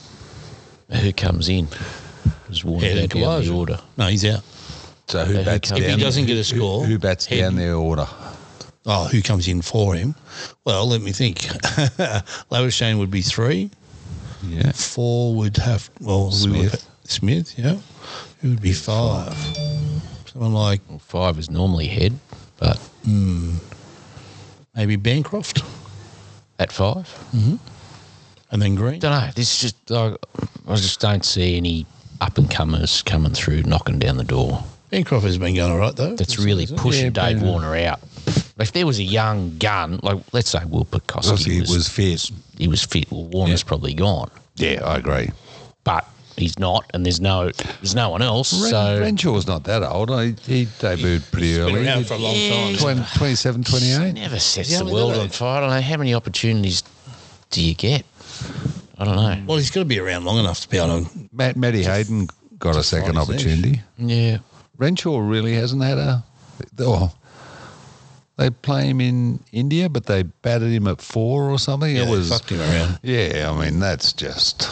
Speaker 5: Who comes in? Is Warner
Speaker 2: Head
Speaker 5: go
Speaker 2: and
Speaker 5: down the
Speaker 2: Kawaja.
Speaker 5: order?
Speaker 2: No, he's out.
Speaker 4: So who
Speaker 5: So who
Speaker 4: bats
Speaker 5: comes-
Speaker 4: down?
Speaker 5: If he
Speaker 2: doesn't get a
Speaker 4: who-
Speaker 2: score,
Speaker 4: who bats
Speaker 2: Head-
Speaker 4: down their order?
Speaker 2: Oh, who comes in for him? Well, let me think. Labuschagne would be three.
Speaker 4: Yeah,
Speaker 2: Four would have well we would-
Speaker 4: Smith.
Speaker 2: Smith, yeah. Who would be five? Someone like
Speaker 5: Well, five is normally head, but
Speaker 2: maybe Bancroft,
Speaker 5: at five,
Speaker 2: and then Green.
Speaker 5: don't know. This is just I, I just don't see any up and comers coming through knocking down the door.
Speaker 2: Bancroft has been going all right though.
Speaker 5: that's really pushing Dave Warner out. If there was a young gun, like let's say Will
Speaker 4: obviously
Speaker 5: Pekoski
Speaker 4: it
Speaker 5: was,
Speaker 4: was fit.
Speaker 5: he was fit, well Warner's probably gone,
Speaker 4: Yeah, I agree.
Speaker 5: but he's not, and there's no there's no one else.
Speaker 4: Ren-
Speaker 5: so
Speaker 4: Renshaw's not that old. He, he debuted pretty
Speaker 2: Been
Speaker 4: early.
Speaker 2: around for a long time.
Speaker 4: 20, 27, 28.
Speaker 5: never sets
Speaker 2: Yeah,
Speaker 5: the
Speaker 2: I mean,
Speaker 5: world
Speaker 2: that-
Speaker 5: on fire. I don't know how many opportunities do you get. I don't know.
Speaker 2: Well, he's got to be around long enough to be able to.
Speaker 4: Matt, Matty Hayden got a second
Speaker 2: find his
Speaker 4: opportunity.
Speaker 5: Yeah,
Speaker 4: Renshaw really hasn't had a. Oh, they play him in India, but they batted him at four or something.
Speaker 2: Yeah,
Speaker 4: it
Speaker 2: they
Speaker 4: was.
Speaker 2: fucked him around.
Speaker 4: Yeah, I mean, that's just.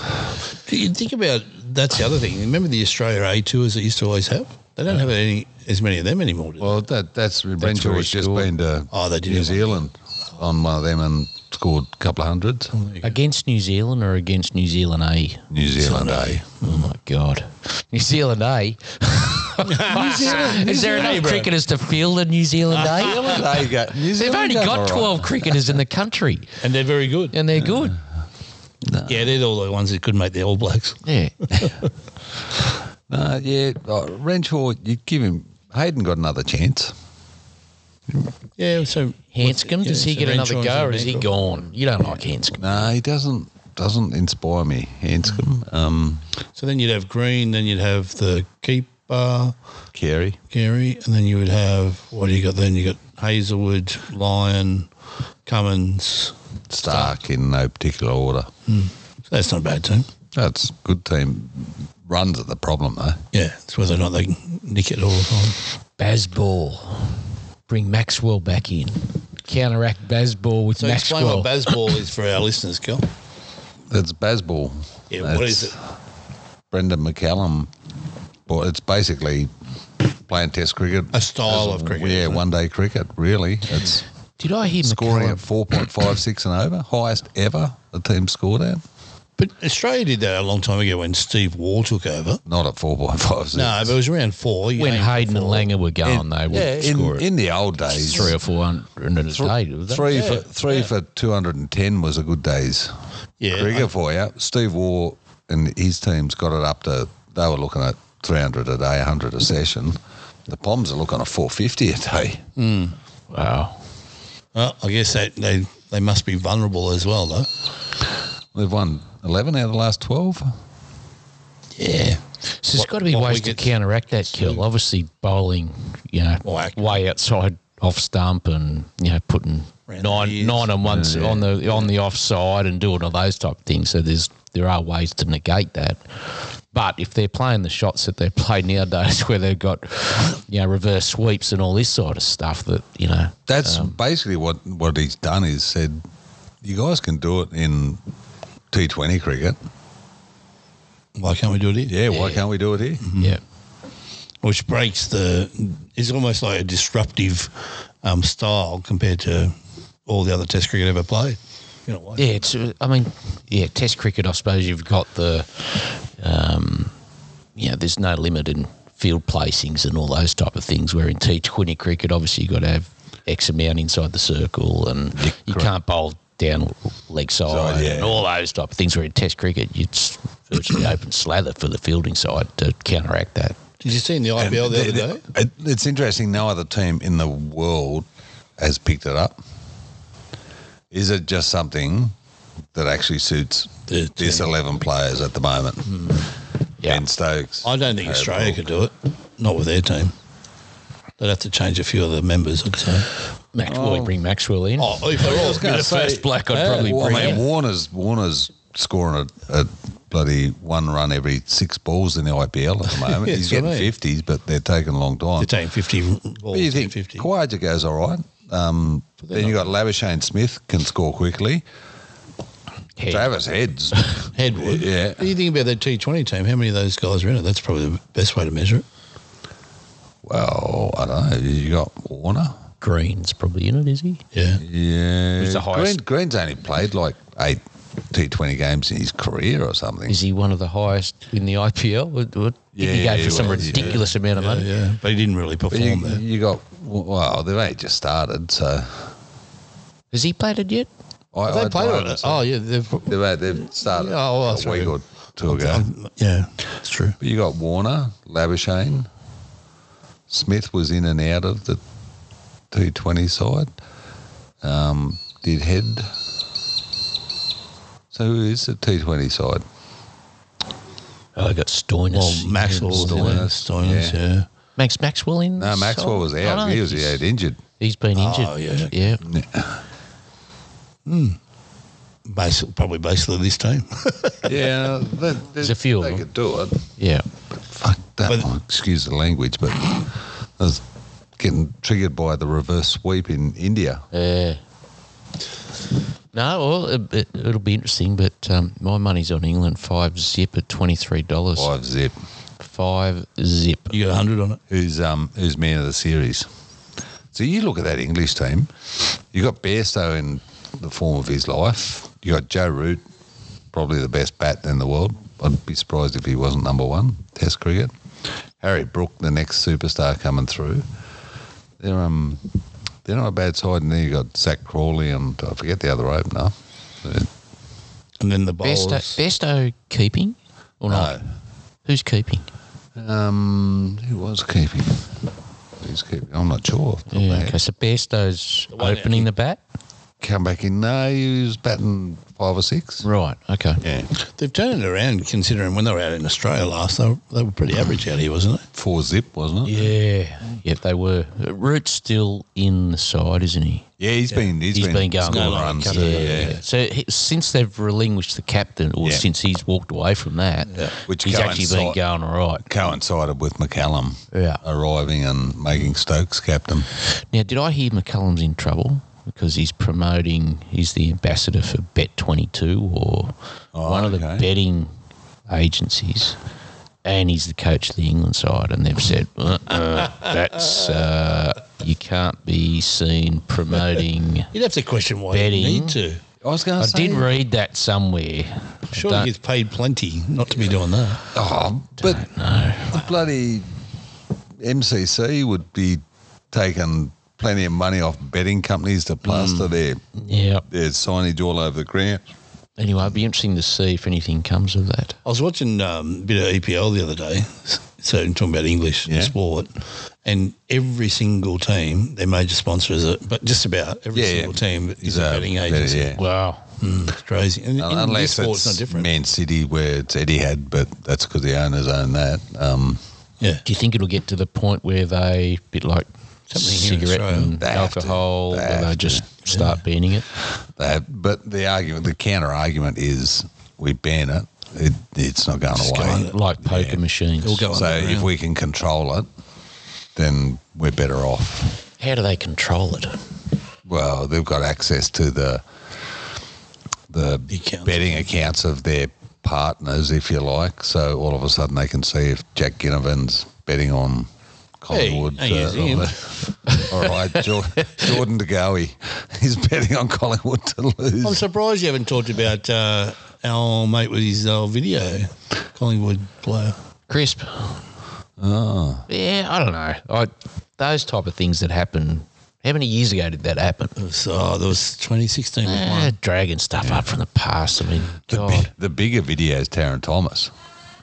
Speaker 2: You think about that's the other thing. Remember the Australia A tours that used to always have? They don't have any as many of them anymore. Do they?
Speaker 4: Well, that that's,
Speaker 5: where
Speaker 4: Renshaw
Speaker 5: he
Speaker 4: has just
Speaker 5: scored.
Speaker 4: been to
Speaker 2: Oh, they did
Speaker 4: New
Speaker 2: it.
Speaker 4: Zealand on one of them and scored a couple of hundreds.
Speaker 5: Against New Zealand or against New Zealand A?
Speaker 4: New Zealand, eh?
Speaker 5: Oh my God. New Zealand eh? A? Is there enough cricketers to field a New Zealand A?
Speaker 4: There you go. New
Speaker 5: They've
Speaker 4: Zealand
Speaker 5: only
Speaker 4: done all
Speaker 5: got
Speaker 4: right.
Speaker 5: 12 cricketers in the country
Speaker 2: and they're very good.
Speaker 5: and they're good.
Speaker 2: Yeah, they're all the ones that could make the All Blacks.
Speaker 5: Yeah.
Speaker 4: No, yeah, uh, Renshaw, you give him. Hayden got another chance.
Speaker 2: Yeah, so
Speaker 5: Hanscom, does he
Speaker 2: Yeah,
Speaker 5: get
Speaker 2: so
Speaker 5: another
Speaker 2: Renshaw's
Speaker 5: go or
Speaker 2: in
Speaker 5: is he
Speaker 2: Vancouver.
Speaker 5: gone? You don't like Hanscom.
Speaker 4: No, he doesn't doesn't inspire me, Hanscom. Um,
Speaker 2: So then you'd have Green, then you'd have the keeper,
Speaker 4: Carey.
Speaker 2: Gary, and then you would have what do you got? Then you got Hazelwood, Lyon, Cummins.
Speaker 4: Stark in no particular order.
Speaker 2: So that's not a bad team.
Speaker 4: That's good team. Runs at the problem though.
Speaker 2: Yeah, it's whether or not they can nick it all the time.
Speaker 5: Baz Ball. Bring Maxwell back in. Counteract Baz Ball with
Speaker 2: So explain
Speaker 5: Maxwell.
Speaker 2: what baseball is for our listeners, Kel.
Speaker 4: That's Basball.
Speaker 2: Yeah,
Speaker 4: That's
Speaker 2: what is it?
Speaker 4: Brendan McCallum. Well, it's basically playing Test cricket.
Speaker 2: A style of cricket.
Speaker 4: Yeah,
Speaker 2: isn't it?
Speaker 4: one day cricket. Really, it's
Speaker 5: Did I hear
Speaker 4: scoring
Speaker 5: McCallum?
Speaker 4: at four point five six and over, highest ever the team scored at.
Speaker 2: But Australia did that a long time ago when Steve Waugh took over.
Speaker 4: Not at four point five six.
Speaker 2: No, but it was around four. You
Speaker 5: When
Speaker 2: aim for
Speaker 5: Hayden and
Speaker 2: four.
Speaker 5: Langer were going, they would score
Speaker 4: in,
Speaker 5: it.
Speaker 4: in the old days,
Speaker 5: three or four hundred a day. was that?
Speaker 4: three for three for two hundred and ten was a good day's
Speaker 2: yeah,
Speaker 4: cricket for you. Steve Waugh and his team's got it up to. They were looking at three hundred a day, hundred a session. The Poms are looking at four fifty a day.
Speaker 5: Wow.
Speaker 2: Well, I guess they, they they must be vulnerable as well, though.
Speaker 4: They've won eleven out of the last twelve.
Speaker 2: Yeah.
Speaker 5: So there's
Speaker 2: What-
Speaker 5: got to be
Speaker 2: what
Speaker 5: ways to
Speaker 2: wickets?
Speaker 5: counteract that kill. Obviously, bowling, you know,
Speaker 2: Whack.
Speaker 5: way outside off stump, and you know, putting
Speaker 2: Round the
Speaker 5: nine
Speaker 2: ears.
Speaker 5: nine on one s on the on the offside and doing all those type of things. So there's there are ways to negate that. But if they're playing the shots that they play nowadays, where they've got you know reverse sweeps and all this sort of stuff, that you know,
Speaker 4: That's
Speaker 5: Um,
Speaker 4: basically what what he's done is said, you guys can do it in T Twenty cricket.
Speaker 2: Why can't we do it here?
Speaker 4: Yeah, why can't we do it here?
Speaker 5: yeah.
Speaker 2: Which breaks the. It's almost like a disruptive um, style compared to all the other Test cricket ever played. You know what?
Speaker 5: Yeah, it's. uh, I mean, yeah, Test cricket. I suppose you've got the, um, you know, there's no limit in field placings and all those type of things. Where in T20 cricket, obviously you've got to have X amount inside the circle, and you can't bowl down leg side
Speaker 4: Side, yeah.
Speaker 5: and all those type of things. Where in Test cricket, it's virtually open slather for the fielding side to counteract that.
Speaker 2: Did you see in the IPL the other
Speaker 4: Th-
Speaker 2: day?
Speaker 4: th- it- it's interesting. No other team in the world has picked it up. Is it just something that actually suits
Speaker 2: The
Speaker 4: this
Speaker 2: team. Hmm.
Speaker 4: eleven players at the moment?
Speaker 5: Yeah.
Speaker 4: Ben Stokes.
Speaker 2: I don't think Australia could do it. Not with their team. They'd have to change a few of the members, I'd say.
Speaker 5: Maxwell, you bring Maxwell in.
Speaker 2: Oh, if they're all
Speaker 5: the first black I'd probably
Speaker 4: Well,
Speaker 5: bring
Speaker 4: I mean,
Speaker 5: in.
Speaker 4: Warner's Warner's scoring a, a bloody one run every six balls in the IPL at the moment.
Speaker 2: Yeah,
Speaker 4: He's
Speaker 2: that's what I
Speaker 4: getting
Speaker 2: mean.
Speaker 4: fifties, but they're taking a long time.
Speaker 2: they're taking 50 balls,
Speaker 4: But you think
Speaker 2: 50.
Speaker 4: Khawaja goes all right. Um, then you got Labuschagne Smith can score quickly.
Speaker 5: Head.
Speaker 4: Travis Heads.
Speaker 2: Headwood.
Speaker 4: Yeah.
Speaker 2: What do you think about their T20 team? How many of those guys are in it? That's probably the best way to measure it.
Speaker 4: well, I don't know. You got Warner.
Speaker 5: Green's probably in it, is he?
Speaker 2: Yeah.
Speaker 4: Yeah.
Speaker 5: Who's the highest?
Speaker 4: Green, Green's only played like eight T20 games in his career or something.
Speaker 5: Is he one of the highest in the IPL? What, what? Did he
Speaker 4: Yeah,
Speaker 5: go
Speaker 4: he
Speaker 5: for some
Speaker 4: was, yeah.
Speaker 5: ridiculous amount of
Speaker 2: Yeah,
Speaker 5: money?
Speaker 2: yeah. But he didn't really
Speaker 4: But
Speaker 2: perform
Speaker 4: you,
Speaker 2: there.
Speaker 4: you got, well, they've only just started, so.
Speaker 5: Has he played it yet?
Speaker 4: I,
Speaker 2: Have they
Speaker 4: I-
Speaker 2: played
Speaker 4: I
Speaker 2: it?
Speaker 4: haven't seen
Speaker 2: Oh, yeah. They've,
Speaker 4: They've, they've started
Speaker 2: Yeah, oh,
Speaker 4: a
Speaker 2: that's right.
Speaker 4: week or two ago.
Speaker 2: yeah, it's true.
Speaker 4: But you got Warner, Labuschagne. Smith was in and out of the T20 side. Um, did Head. So who is the T20 side?
Speaker 5: Oh, I got Stoinis.
Speaker 2: Well, Maxwell was in there.
Speaker 4: Stoinis,
Speaker 2: Stoinis, yeah.
Speaker 5: Max Maxwell in?
Speaker 4: No, Maxwell was
Speaker 5: I don't
Speaker 4: out. He
Speaker 5: think
Speaker 4: was
Speaker 5: he's-
Speaker 4: out injured.
Speaker 5: He's been injured.
Speaker 2: Oh, yeah.
Speaker 5: Yeah.
Speaker 2: Basically, probably basically this team.
Speaker 4: Yeah, they, they,
Speaker 5: There's a few
Speaker 4: They
Speaker 5: of them.
Speaker 4: could do it.
Speaker 5: Yeah.
Speaker 4: Fuck that.
Speaker 2: But-
Speaker 4: oh, excuse the language, but I was getting triggered by the reverse sweep in India.
Speaker 5: Yeah. No, well, it, it, it'll be interesting, but um, my money's on England. Five zip at $23.
Speaker 4: Five zip.
Speaker 5: Five zip.
Speaker 2: you got 100 on it.
Speaker 4: Who's um who's man of the series? So you look at that English team. You got Bairstow in the form of his life. You got Joe Root, probably the best bat in the world. I'd be surprised if he wasn't number one Test cricket. Harry Brook, the next superstar coming through. They're um, they're not a bad side. And then you got Zach Crawley and I forget the other opener.
Speaker 2: And then the bowlers.
Speaker 5: Besto, uh, Besto keeping or not? Who's keeping?
Speaker 4: Um, who was keeping? Who's keeping? I'm not sure. off the top of my
Speaker 5: Yeah,
Speaker 4: head.
Speaker 5: okay. So Besto's
Speaker 2: one that-
Speaker 5: opening the bat.
Speaker 4: Come back in. No, he was batting five or six.
Speaker 5: Right. Okay.
Speaker 4: Yeah.
Speaker 2: They've turned it around considering when they were out in Australia last, they were, they were pretty average out here, wasn't it?
Speaker 4: Four zip, wasn't it?
Speaker 5: Yeah. Yep. They were. Root's still in the side, isn't he?
Speaker 4: Yeah, he's been
Speaker 5: he's been, going
Speaker 4: scoring
Speaker 5: on
Speaker 4: runs.
Speaker 5: Yeah.
Speaker 4: too, yeah.
Speaker 5: So he, since they've relinquished the captain, or
Speaker 4: Yeah.
Speaker 5: since he's walked away from that,
Speaker 4: Which
Speaker 5: he's actually been
Speaker 4: coincide-
Speaker 5: going all right.
Speaker 4: Coincided with McCallum
Speaker 5: Yeah.
Speaker 4: arriving and making Stokes captain.
Speaker 5: Now, did I hear McCallum's in trouble because he's promoting? He's the ambassador for Bet Twenty Two or
Speaker 4: Oh,
Speaker 5: one of the
Speaker 4: okay.
Speaker 5: betting agencies, and he's the coach of the England side, and they've said uh, uh, that's uh, you can't be seen promoting.
Speaker 2: You'd have to question why
Speaker 5: Betting.
Speaker 2: you need to.
Speaker 4: I was going
Speaker 5: I
Speaker 4: to say.
Speaker 5: did read that somewhere. I
Speaker 2: Sure,
Speaker 5: don't-
Speaker 2: he gets paid plenty not to be doing that.
Speaker 4: Oh, but the bloody MCC would be taking plenty of money off betting companies to plaster their,
Speaker 5: yeah.
Speaker 4: their signage all over the ground.
Speaker 5: Anyway, it'd be interesting to see if anything comes of that.
Speaker 2: I was watching um, a bit of EPL the other day, so I'm talking about English
Speaker 4: Yeah.
Speaker 2: sport, and every single team, their major sponsor is a, but just about every
Speaker 4: Yeah, yeah.
Speaker 2: single team is
Speaker 4: So,
Speaker 2: a betting agency.
Speaker 4: Yeah.
Speaker 5: Wow.
Speaker 2: Mm, it's crazy. And
Speaker 4: Un-
Speaker 2: in
Speaker 4: Unless
Speaker 2: this sport's
Speaker 4: it's
Speaker 2: not different.
Speaker 4: Man City where it's Etihad, but that's because the owners own that. Um,
Speaker 2: Yeah.
Speaker 5: Do you think it'll get to the point where they, bit like
Speaker 2: Something here in
Speaker 5: cigarette
Speaker 2: Australia.
Speaker 5: and
Speaker 4: They have to.
Speaker 5: alcohol,
Speaker 4: They
Speaker 5: they,
Speaker 4: have
Speaker 5: they
Speaker 4: to.
Speaker 5: just start banning it?
Speaker 4: that, but the argument, the counter argument is we ban it. it it's not going
Speaker 2: Just
Speaker 4: away.
Speaker 2: go on it.
Speaker 5: Like poker
Speaker 4: Yeah.
Speaker 5: machines.
Speaker 2: It'll go on
Speaker 4: So
Speaker 2: that
Speaker 4: if
Speaker 2: round.
Speaker 4: we can control it, then we're better off.
Speaker 5: How do they control it?
Speaker 4: Well, they've got access to the the
Speaker 2: accounts.
Speaker 4: betting accounts of their partners, if you like. So all of a sudden they can see if Jack Ginnivan's betting on Collingwood. uh,
Speaker 2: hey, here's him.
Speaker 4: all right, Jor- Jordan DeGoey, he's betting on Collingwood to lose.
Speaker 2: I'm surprised you haven't talked about uh, our mate with his uh, video, Collingwood player.
Speaker 5: Crisp. Oh. Yeah, I don't know. I, those type of things that happen. How many years ago did that happen?
Speaker 2: It was, oh, there was 2016 with
Speaker 5: Ah,
Speaker 2: one.
Speaker 5: dragging stuff up from the past. I mean,
Speaker 4: the,
Speaker 5: God.
Speaker 4: bi- the bigger video is Taryn Thomas.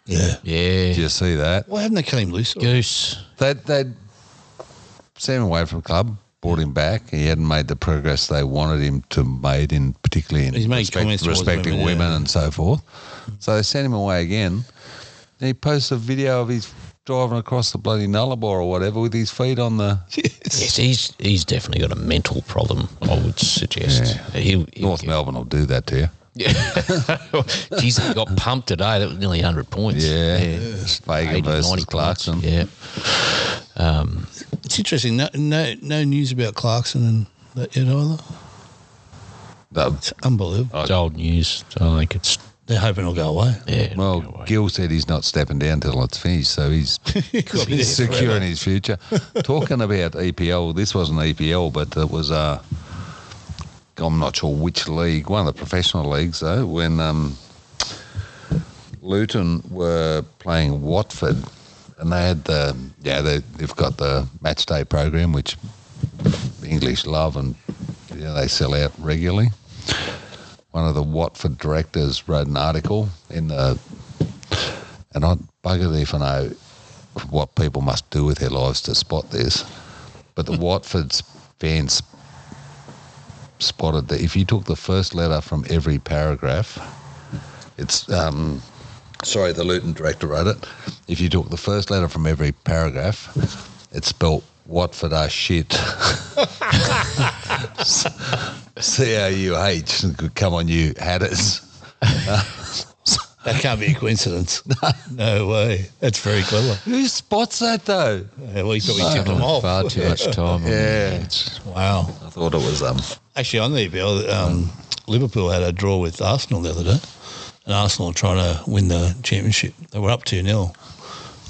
Speaker 2: Yeah.
Speaker 5: Yeah.
Speaker 4: Do you see that?
Speaker 2: Why haven't they cut him loose?
Speaker 5: Goose.
Speaker 4: They they sent him away from the club, brought him back. He hadn't made the progress they wanted him to made in particularly in
Speaker 2: He's made comments towards
Speaker 4: respecting
Speaker 2: women,
Speaker 4: women,
Speaker 2: yeah.
Speaker 4: and so forth. So they sent him away again. And he posts a video of his driving across the bloody Nullarbor or whatever with his feet on the
Speaker 5: Yes, he's he's definitely got a mental problem. I would suggest. He, he,
Speaker 4: North Melbourne will do that to you.
Speaker 5: Yeah. Jeez, he got pumped today. That was nearly 100 points.
Speaker 4: Yeah. Fagan
Speaker 5: 80,
Speaker 4: versus
Speaker 5: 90
Speaker 4: Clarkson.
Speaker 5: Points. Yeah.
Speaker 2: It's interesting. No, no, no news about Clarkson and that yet either.
Speaker 4: No,
Speaker 2: It's unbelievable.
Speaker 5: It's old news. I don't think it's.
Speaker 2: They're hoping it'll go away.
Speaker 5: Yeah.
Speaker 4: well, Gill said he's not stepping down till it's finished, so he's
Speaker 2: Could be there
Speaker 4: He's securing
Speaker 2: forever.
Speaker 4: his future. Talking about EPL, this wasn't EPL, but it was. Uh, I'm not sure which league, one of the professional leagues though. When um, Luton were playing Watford, and they had the yeah, they, they've got the match day program, which the English love, and you know, they sell out regularly. One of the Watford directors wrote an article in the, and I buggered if I know what people must do with their lives to spot this. But the Watford fans spotted that if you took the first letter from every paragraph, it's um, sorry, the Luton director wrote it. If you took the first letter from every paragraph, it's spelt Watford are shit. C O U H. Come on, you hatters.
Speaker 2: That can't be a coincidence. no way. That's very clever.
Speaker 4: Who spots that though?
Speaker 2: Yeah, well, he's probably tipped them off.
Speaker 5: Far too much time.
Speaker 4: Yeah.
Speaker 2: Wow.
Speaker 4: I thought it was um.
Speaker 2: Actually, on the EPL, um, Liverpool had a draw with Arsenal the other day, and Arsenal are trying to win the championship. They were up 2 0.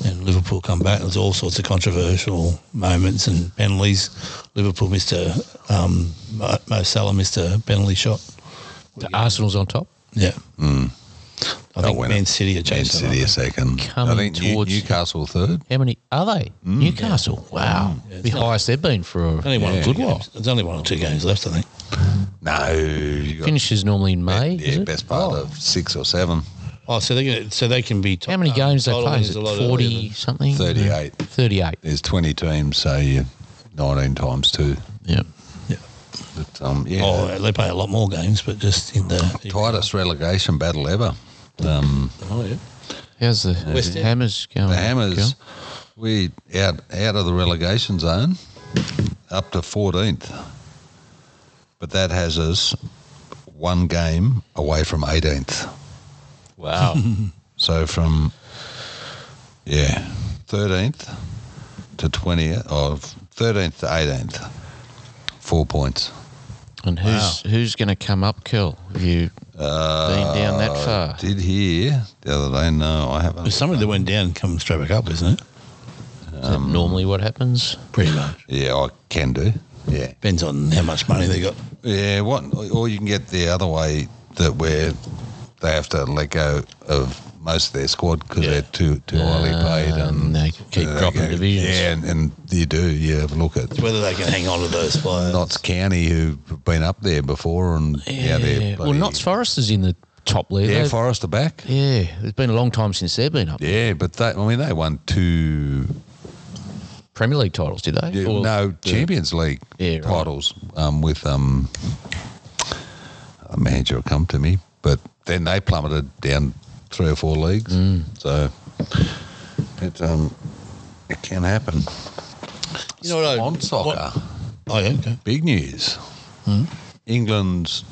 Speaker 2: and Liverpool come back. There's all sorts of controversial moments and penalties. Liverpool missed a um, Mo Mo Salah missed a penalty shot.
Speaker 5: The Arsenal's on top.
Speaker 2: Yeah, I think
Speaker 4: Hmm. win
Speaker 2: Man
Speaker 4: it.
Speaker 2: City are
Speaker 4: Man
Speaker 2: chasing.
Speaker 4: City a second.
Speaker 5: Coming
Speaker 4: I think New-
Speaker 5: towards-
Speaker 4: Newcastle third.
Speaker 5: How many are they? Newcastle. Wow,
Speaker 2: Yeah, it's
Speaker 5: the
Speaker 2: not-
Speaker 5: highest they've been for a
Speaker 2: Only one
Speaker 4: Yeah.
Speaker 2: or two games. There's only one or two games left, I think.
Speaker 4: No, you got-
Speaker 5: Finishes normally in May. is
Speaker 4: yeah,
Speaker 5: it?
Speaker 4: best part of six or seven.
Speaker 2: Oh, so they can, so they can be. Top,
Speaker 5: How many
Speaker 2: um,
Speaker 5: games they
Speaker 2: title
Speaker 5: play?
Speaker 2: winners
Speaker 5: Is
Speaker 2: a
Speaker 5: it
Speaker 2: lot earlier
Speaker 5: forty
Speaker 2: than-
Speaker 5: something?
Speaker 4: Thirty-eight.
Speaker 5: Thirty-eight.
Speaker 4: There's twenty teams, so you nineteen times two.
Speaker 5: Yeah.
Speaker 4: But, um, yeah,
Speaker 2: Oh, they play a lot more games, but just in the
Speaker 4: tightest relegation battle ever. Um,
Speaker 2: Oh, yeah.
Speaker 5: How's the
Speaker 2: West Ham.
Speaker 5: Hammers going?
Speaker 4: the Hammers,
Speaker 5: Kel?
Speaker 4: we out out of the relegation zone, up to fourteenth. But that has us one game away from eighteenth.
Speaker 5: Wow.
Speaker 4: So from yeah, thirteenth to twentieth, or thirteenth to eighteenth, four points.
Speaker 5: and who's who's going to come up, Kill? Have you been down
Speaker 2: Uh,
Speaker 5: that far?
Speaker 4: Did hear the other day? No, I haven't.
Speaker 2: There's somebody that went down come straight back up, isn't it?
Speaker 5: Is
Speaker 2: um,
Speaker 5: that normally what happens?
Speaker 2: Pretty much.
Speaker 4: Yeah, I can do. Yeah,
Speaker 2: Depends on how much money they got.
Speaker 4: yeah. What? Or you can get the other way that where they have to let go of most of their squad because
Speaker 2: Yeah.
Speaker 4: they're too too highly paid and
Speaker 5: Um, they keep dropping divisions.
Speaker 4: Yeah, and, and you do. You have a look at
Speaker 2: It's whether they can hang on to those players.
Speaker 4: Notts County who've been up there before and yeah, they're
Speaker 5: well,
Speaker 4: bloody-
Speaker 5: Notts Forest is in the top league.
Speaker 4: Yeah,
Speaker 5: They've-
Speaker 4: Forest are back.
Speaker 5: yeah, it's been a long time since they've been up.
Speaker 4: Yeah, but they, I mean, they won two
Speaker 5: Premier League titles, did they?
Speaker 4: Yeah,
Speaker 5: Or
Speaker 4: no
Speaker 5: the-
Speaker 4: Champions League
Speaker 5: Yeah, right.
Speaker 4: titles um, with um, a manager will come to me, but then they plummeted down three or four leagues.
Speaker 5: Mm.
Speaker 4: So it um, it can happen.
Speaker 2: You know what I-
Speaker 4: on soccer,
Speaker 2: Oh, yeah, okay.
Speaker 4: big news.
Speaker 5: Hmm?
Speaker 4: England's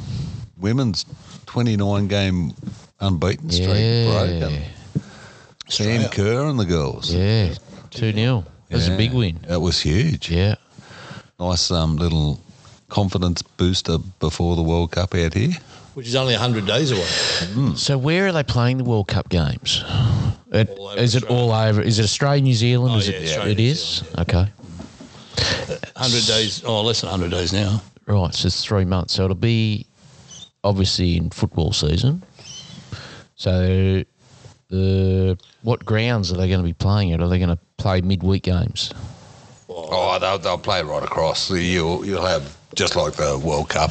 Speaker 4: women's twenty nine game unbeaten streak
Speaker 5: Yeah.
Speaker 4: broken. Sam
Speaker 2: Australia.
Speaker 4: Kerr and the girls.
Speaker 5: Yeah, 2 0. That was
Speaker 4: Yeah.
Speaker 5: a big win.
Speaker 4: That was huge.
Speaker 5: Yeah.
Speaker 4: nice um, little confidence booster before the World Cup out here.
Speaker 2: Which is only 100 days away.
Speaker 5: So, where are they playing the World Cup games? It,
Speaker 2: All over
Speaker 5: is it
Speaker 2: Australia.
Speaker 5: all over? Is it Australia, New Zealand?
Speaker 2: Oh,
Speaker 5: is
Speaker 2: yeah,
Speaker 5: it?
Speaker 2: Australia,
Speaker 5: it
Speaker 2: New
Speaker 5: is? Okay.
Speaker 2: 100 days, oh, less than 100 days now.
Speaker 5: Right, so it's three months. So it'll be obviously in football season. So, uh, what grounds are they going to be playing at? Are they going to play midweek games?
Speaker 4: Oh, they'll, they'll play right across. So you'll you'll have just like the World Cup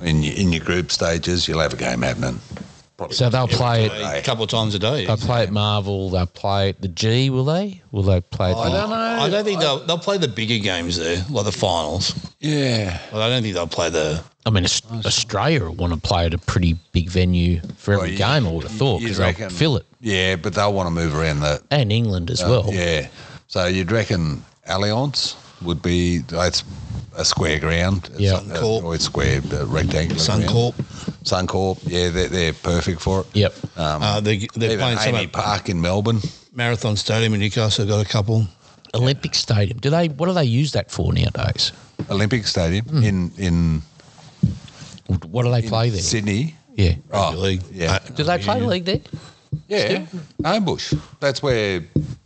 Speaker 4: in your, in your group stages. You'll have a game happening. Probably
Speaker 5: So they'll play it.
Speaker 2: A couple of times a day.
Speaker 5: They'll play at Marvel. They'll play at the G. Will they? Will they play at?
Speaker 4: I
Speaker 5: the,
Speaker 4: don't know.
Speaker 2: I don't think they'll, they'll play the bigger games there, like the finals.
Speaker 4: yeah.
Speaker 2: But I don't think they'll play the.
Speaker 5: I mean, Aus- Australia will want to play at a pretty big venue for every
Speaker 4: Well, you-
Speaker 5: game. I would have thought
Speaker 4: you'd
Speaker 5: because they'll
Speaker 4: reckon-
Speaker 5: fill it,
Speaker 4: Yeah, but they'll want to move around the.
Speaker 5: and England as well.
Speaker 4: Yeah. So you'd reckon Allianz would be that's a square ground. It's
Speaker 5: Yeah.
Speaker 4: a-
Speaker 2: Suncorp.
Speaker 4: or it's square, but rectangular. ground.
Speaker 2: Suncorp.
Speaker 4: Suncorp. Yeah, they're, they're perfect for it. Um,
Speaker 5: Yep.
Speaker 2: Uh, they, they're
Speaker 4: Even
Speaker 2: playing some
Speaker 4: Amy
Speaker 2: at
Speaker 4: Park in Melbourne.
Speaker 2: Marathon Stadium in Newcastle. Got a couple.
Speaker 5: Olympic Stadium. Do they? What do they use that for nowadays?
Speaker 4: Olympic Stadium
Speaker 2: Hmm.
Speaker 4: in in,
Speaker 5: What do they
Speaker 4: in
Speaker 5: play there?
Speaker 4: Sydney.
Speaker 5: Yeah.
Speaker 4: Oh,
Speaker 2: League.
Speaker 4: yeah,
Speaker 2: Uh,
Speaker 5: Do they play
Speaker 2: yeah.
Speaker 5: league there?
Speaker 4: yeah. Homebush. That's where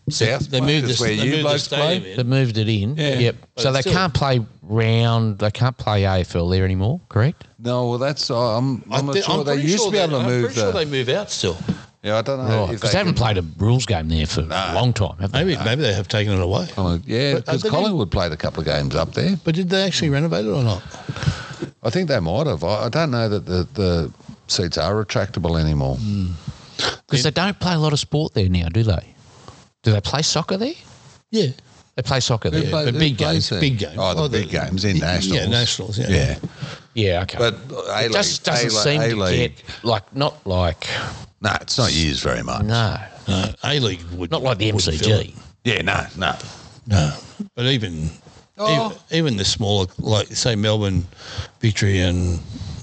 Speaker 4: South.
Speaker 2: They
Speaker 4: play,
Speaker 2: moved
Speaker 4: that's
Speaker 2: the, they
Speaker 4: where you
Speaker 2: moved the
Speaker 4: blokes play.
Speaker 2: stadium
Speaker 5: They
Speaker 2: in.
Speaker 5: moved it in.
Speaker 4: Yeah.
Speaker 5: Yep.
Speaker 2: But
Speaker 5: so they
Speaker 2: still-
Speaker 5: can't play round. They can't play AFL there anymore. Correct.
Speaker 4: No, well, that's uh, I'm. I'm,
Speaker 2: I
Speaker 4: not
Speaker 2: thi-
Speaker 4: sure they
Speaker 2: pretty
Speaker 4: used
Speaker 2: sure
Speaker 4: to be able to
Speaker 2: they- I'm
Speaker 4: move.
Speaker 2: pretty sure Oh,
Speaker 4: the-
Speaker 2: they move out still.
Speaker 4: yeah, I don't know
Speaker 5: Because
Speaker 4: if
Speaker 5: they, haven't
Speaker 4: can-
Speaker 5: played a rules game there for a long time, have they?
Speaker 2: Maybe maybe they have taken it away.
Speaker 4: Oh, yeah,
Speaker 2: But uh, I
Speaker 4: because
Speaker 2: think-
Speaker 4: Collingwood played a couple of games up there.
Speaker 2: But did they actually renovate it or not?
Speaker 4: I think they might have. I, I don't know that the, the seats are retractable anymore.
Speaker 2: Hmm.
Speaker 5: Because they don't play a lot of sport there now, do they? Do they play soccer there?
Speaker 2: Yeah.
Speaker 5: They play soccer there.
Speaker 4: Who play-
Speaker 2: but
Speaker 4: who
Speaker 2: big
Speaker 4: plays
Speaker 2: games,
Speaker 4: there?
Speaker 2: big games.
Speaker 4: Oh, the
Speaker 2: Oh, the-
Speaker 4: big games in nationals.
Speaker 2: Yeah, nationals. Yeah.
Speaker 4: Yeah,
Speaker 5: yeah, okay.
Speaker 4: but uh,
Speaker 5: it
Speaker 4: A-League,
Speaker 5: just doesn't seem
Speaker 4: A-League-
Speaker 5: to get like not like
Speaker 4: No, it's not used very much.
Speaker 5: no,
Speaker 2: No, A League Uh, would
Speaker 5: not like the
Speaker 2: would fill it.
Speaker 5: MCG.
Speaker 4: Yeah, no, no.
Speaker 2: No, but even,
Speaker 4: Oh.
Speaker 2: even even the smaller, like say Melbourne Victory and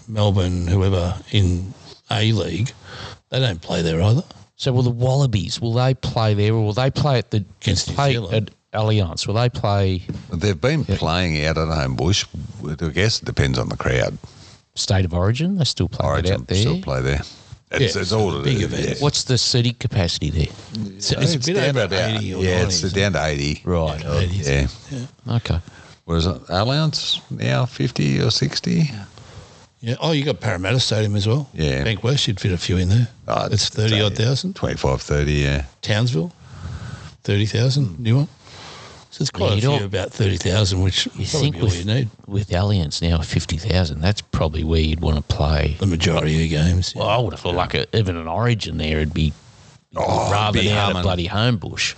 Speaker 2: Melbourne whoever in A League, they don't play there either.
Speaker 5: So will the Wallabies? Will they play there, or will they play at the
Speaker 2: Against New
Speaker 5: play at
Speaker 2: Zealand.
Speaker 5: Alliance? Will they play
Speaker 4: They've been playing out at Homebush. I guess it depends on the crowd.
Speaker 5: State of Origin? They still play it
Speaker 4: Origin
Speaker 5: out there.
Speaker 4: still play there. It's,
Speaker 2: Yeah,
Speaker 4: it's all it
Speaker 2: big
Speaker 4: is,
Speaker 2: event.
Speaker 4: yeah.
Speaker 5: What's the seating capacity there?
Speaker 2: So
Speaker 4: I think
Speaker 2: it's a bit
Speaker 4: down
Speaker 2: over
Speaker 4: about-
Speaker 2: 80 or
Speaker 4: Yeah,
Speaker 2: 90,
Speaker 4: it's
Speaker 2: isn't
Speaker 4: down to 80.
Speaker 5: Right.
Speaker 2: Yeah, 80 's-
Speaker 4: Yeah.
Speaker 5: Okay.
Speaker 4: What is it? Allowance now 50 or 60?
Speaker 2: Yeah. Oh, you got Parramatta Stadium as well.
Speaker 4: Yeah.
Speaker 2: Bankwest, you'd fit a few in there.
Speaker 4: Oh,
Speaker 2: it's
Speaker 4: it's-
Speaker 2: 30 odd
Speaker 4: it's-
Speaker 2: thousand.
Speaker 4: 25, 30, yeah.
Speaker 2: Townsville, 30,000.
Speaker 5: Hmm.
Speaker 2: New one. So it's quite
Speaker 5: You
Speaker 2: a few,
Speaker 5: don't-
Speaker 2: about 30,000, which
Speaker 5: You
Speaker 2: you
Speaker 5: think
Speaker 2: think all you
Speaker 5: with
Speaker 2: need.
Speaker 5: with Allianz now fifty thousand, that's probably where you'd want to play.
Speaker 2: The majority of the games.
Speaker 5: Well, I would have thought like a, even an Origin there would be
Speaker 4: Oh,
Speaker 5: rather
Speaker 4: it'd be
Speaker 5: than out
Speaker 4: humming.
Speaker 5: of bloody Homebush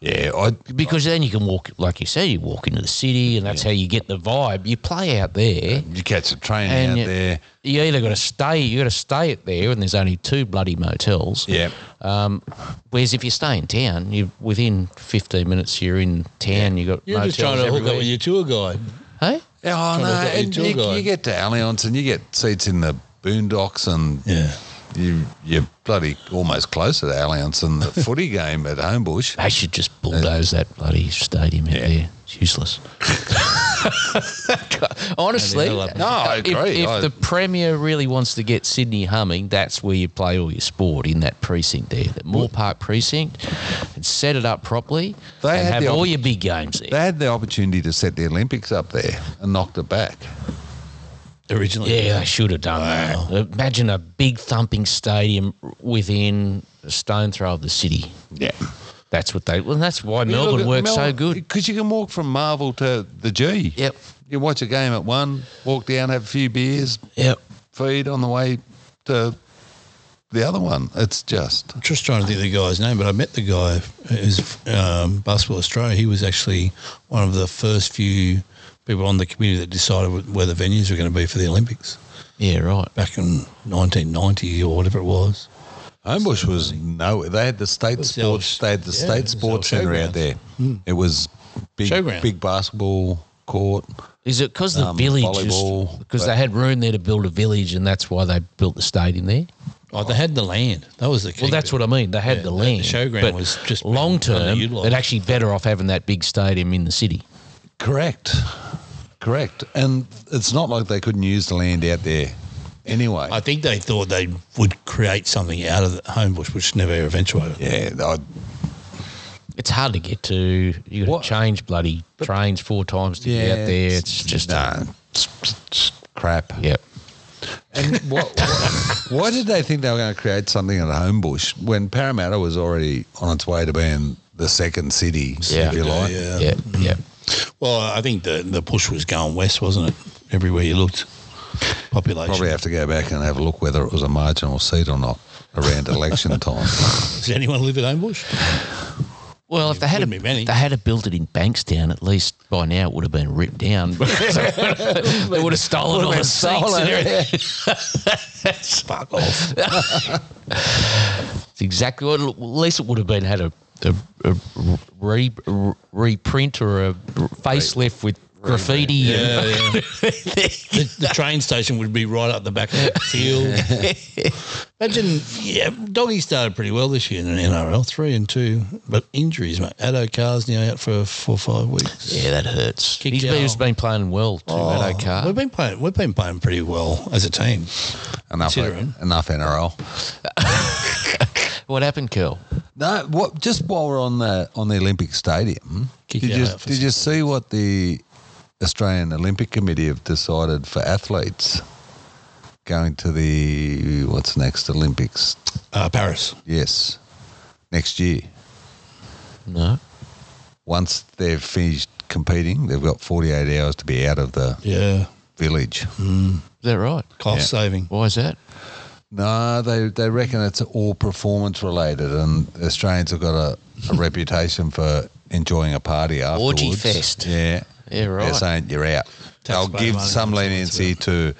Speaker 4: Yeah, I,
Speaker 5: because then you can walk, like you said, you walk into the city and that's how you get the vibe. You play out there.
Speaker 4: you catch a train
Speaker 5: And
Speaker 4: out
Speaker 5: you-
Speaker 4: there.
Speaker 5: You either got to stay, you got to stay at there, and there's only two bloody motels.
Speaker 4: Yeah.
Speaker 5: Whereas if you stay in town, you within fifteen minutes you're in town. You got
Speaker 2: You're
Speaker 5: motels
Speaker 2: just trying to hook
Speaker 5: everywhere.
Speaker 2: up with your tour guide.
Speaker 5: Hey,
Speaker 4: Oh,
Speaker 2: Trying to
Speaker 4: no.
Speaker 2: get your
Speaker 4: And
Speaker 2: tour
Speaker 4: you,
Speaker 2: guide.
Speaker 4: you get to Allianz and you get seats in the boondocks and
Speaker 2: Yeah.
Speaker 4: you, you're bloody almost closer to Allianz than the footy game at Homebush.
Speaker 5: they should just bulldoze that bloody stadium out there. It's useless. Honestly,
Speaker 2: And the Allianz.
Speaker 4: No, I
Speaker 5: if,
Speaker 4: agree.
Speaker 5: if
Speaker 4: I-
Speaker 5: the Premier really wants to get Sydney humming, that's where you play all your sport in that precinct there, that Moore Park precinct, and set it up properly.
Speaker 4: They
Speaker 5: and
Speaker 4: had
Speaker 5: have
Speaker 4: the
Speaker 5: all
Speaker 4: opp-
Speaker 5: your big games there.
Speaker 4: they had the opportunity to set the Olympics up there and knocked it back.
Speaker 2: Originally.
Speaker 5: Yeah, I should have done that. Imagine a big thumping stadium within a stone throw of the city.
Speaker 4: Yeah.
Speaker 5: That's what they. Well, that's why Melbourne works so good.
Speaker 4: Because you can walk from Marvel to the G.
Speaker 5: Yep.
Speaker 4: You watch a game at one, walk down, have a few beers,
Speaker 5: Yep.
Speaker 4: feed on the way to the other one. It's just.
Speaker 2: just trying to think of the guy's name, but I met the guy who's um, Basketball Australia. He was actually one of the first few people on the committee that decided wh- where the venues were going to be for the Olympics
Speaker 5: Yeah. Right.
Speaker 2: back in 1990 or whatever it was.
Speaker 4: Homebush was no. They had the state
Speaker 2: was the old
Speaker 4: sports.
Speaker 2: sh-
Speaker 4: They had the
Speaker 2: yeah, it
Speaker 4: state
Speaker 2: was the
Speaker 4: sports
Speaker 2: old
Speaker 4: centre out
Speaker 2: showgrounds.
Speaker 4: there.
Speaker 5: Hmm.
Speaker 4: It was big,
Speaker 2: Showground.
Speaker 4: big basketball court.
Speaker 5: Is it because the
Speaker 4: Um,
Speaker 5: village?
Speaker 4: volleyball,
Speaker 5: Because
Speaker 4: but-
Speaker 5: they had room there to build a village, and that's why they built the stadium there.
Speaker 2: Oh, they had the land. That was the key.
Speaker 5: Well, that's
Speaker 2: bit.
Speaker 5: what I mean. They had
Speaker 2: Yeah,
Speaker 5: the
Speaker 2: the- the
Speaker 5: land.
Speaker 2: showground
Speaker 5: but
Speaker 2: was just
Speaker 5: long term.
Speaker 2: underutilised.
Speaker 5: They'd actually better off having that big stadium in the city.
Speaker 4: Correct, correct. And it's not like they couldn't use the land out there anyway.
Speaker 2: I think they thought they would create something out of the Homebush, which never eventuated.
Speaker 4: yeah, I,
Speaker 5: It's hard to get to. You got
Speaker 4: What-
Speaker 5: to change bloody trains four times to
Speaker 4: yeah.
Speaker 5: get out there. It's just uh,
Speaker 4: nah, it's- it's- it's crap.
Speaker 5: Yep.
Speaker 4: And what, why did they think they were going to create something at Homebush when Parramatta was already on its way to being the second city,
Speaker 5: Yeah.
Speaker 4: if you like?
Speaker 2: Yeah.
Speaker 5: Yeah. Yep. yep.
Speaker 2: Well, I think the the push was going west, wasn't it? Everywhere you looked, population.
Speaker 4: Probably have to go back and have a look whether it was a marginal seat or not around election time.
Speaker 2: Does anyone live at Homebush?
Speaker 5: Well, if they had a,
Speaker 2: wouldn't be many.
Speaker 5: if they had a built it in Bankstown, at least by now it would have been ripped down. they would have stolen all the seats and everything.
Speaker 2: Fuck off.
Speaker 5: It's exactly what. At least it would have been had a, a, a re, re- reprint or a facelift with graffiti.
Speaker 2: Yeah,
Speaker 5: and-
Speaker 2: yeah. the, the train station would be right up the back of that field. Imagine, yeah, Doggy started pretty well this year in the NRL, three and two, but injuries, mate. Addo Karsney out for four or five weeks.
Speaker 5: Yeah, that hurts.
Speaker 2: Kicked
Speaker 5: He's been,
Speaker 2: out.
Speaker 5: he's been playing well too.
Speaker 2: Oh,
Speaker 5: Matt O'Carr.
Speaker 2: We've been playing. We've been playing pretty well as a team.
Speaker 4: enough,
Speaker 2: Considering.
Speaker 4: enough NRL.
Speaker 5: What happened, Curl?
Speaker 4: No, what? Just while we're on the on the Olympic Stadium,
Speaker 2: Kick
Speaker 4: did
Speaker 2: out
Speaker 4: you
Speaker 2: that for
Speaker 4: did you see what the Australian Olympic Committee have decided for athletes going to the what's next Olympics?
Speaker 2: Uh, Paris.
Speaker 4: Yes, next year.
Speaker 5: No.
Speaker 4: Once they've finished competing, they've got forty eight hours to be out of the
Speaker 2: Yeah,
Speaker 4: village.
Speaker 5: Is that right?
Speaker 2: cost
Speaker 4: Yeah.
Speaker 2: saving.
Speaker 5: Why is that?
Speaker 4: No, they they reckon it's all performance related, and Australians have got a, a reputation for enjoying a party afterwards.
Speaker 5: Orgy fest.
Speaker 4: Yeah,
Speaker 5: Yeah, right.
Speaker 4: They're saying you're out. They'll
Speaker 2: Taxpayer
Speaker 4: give
Speaker 2: money
Speaker 4: some
Speaker 2: and so on,
Speaker 4: leniency to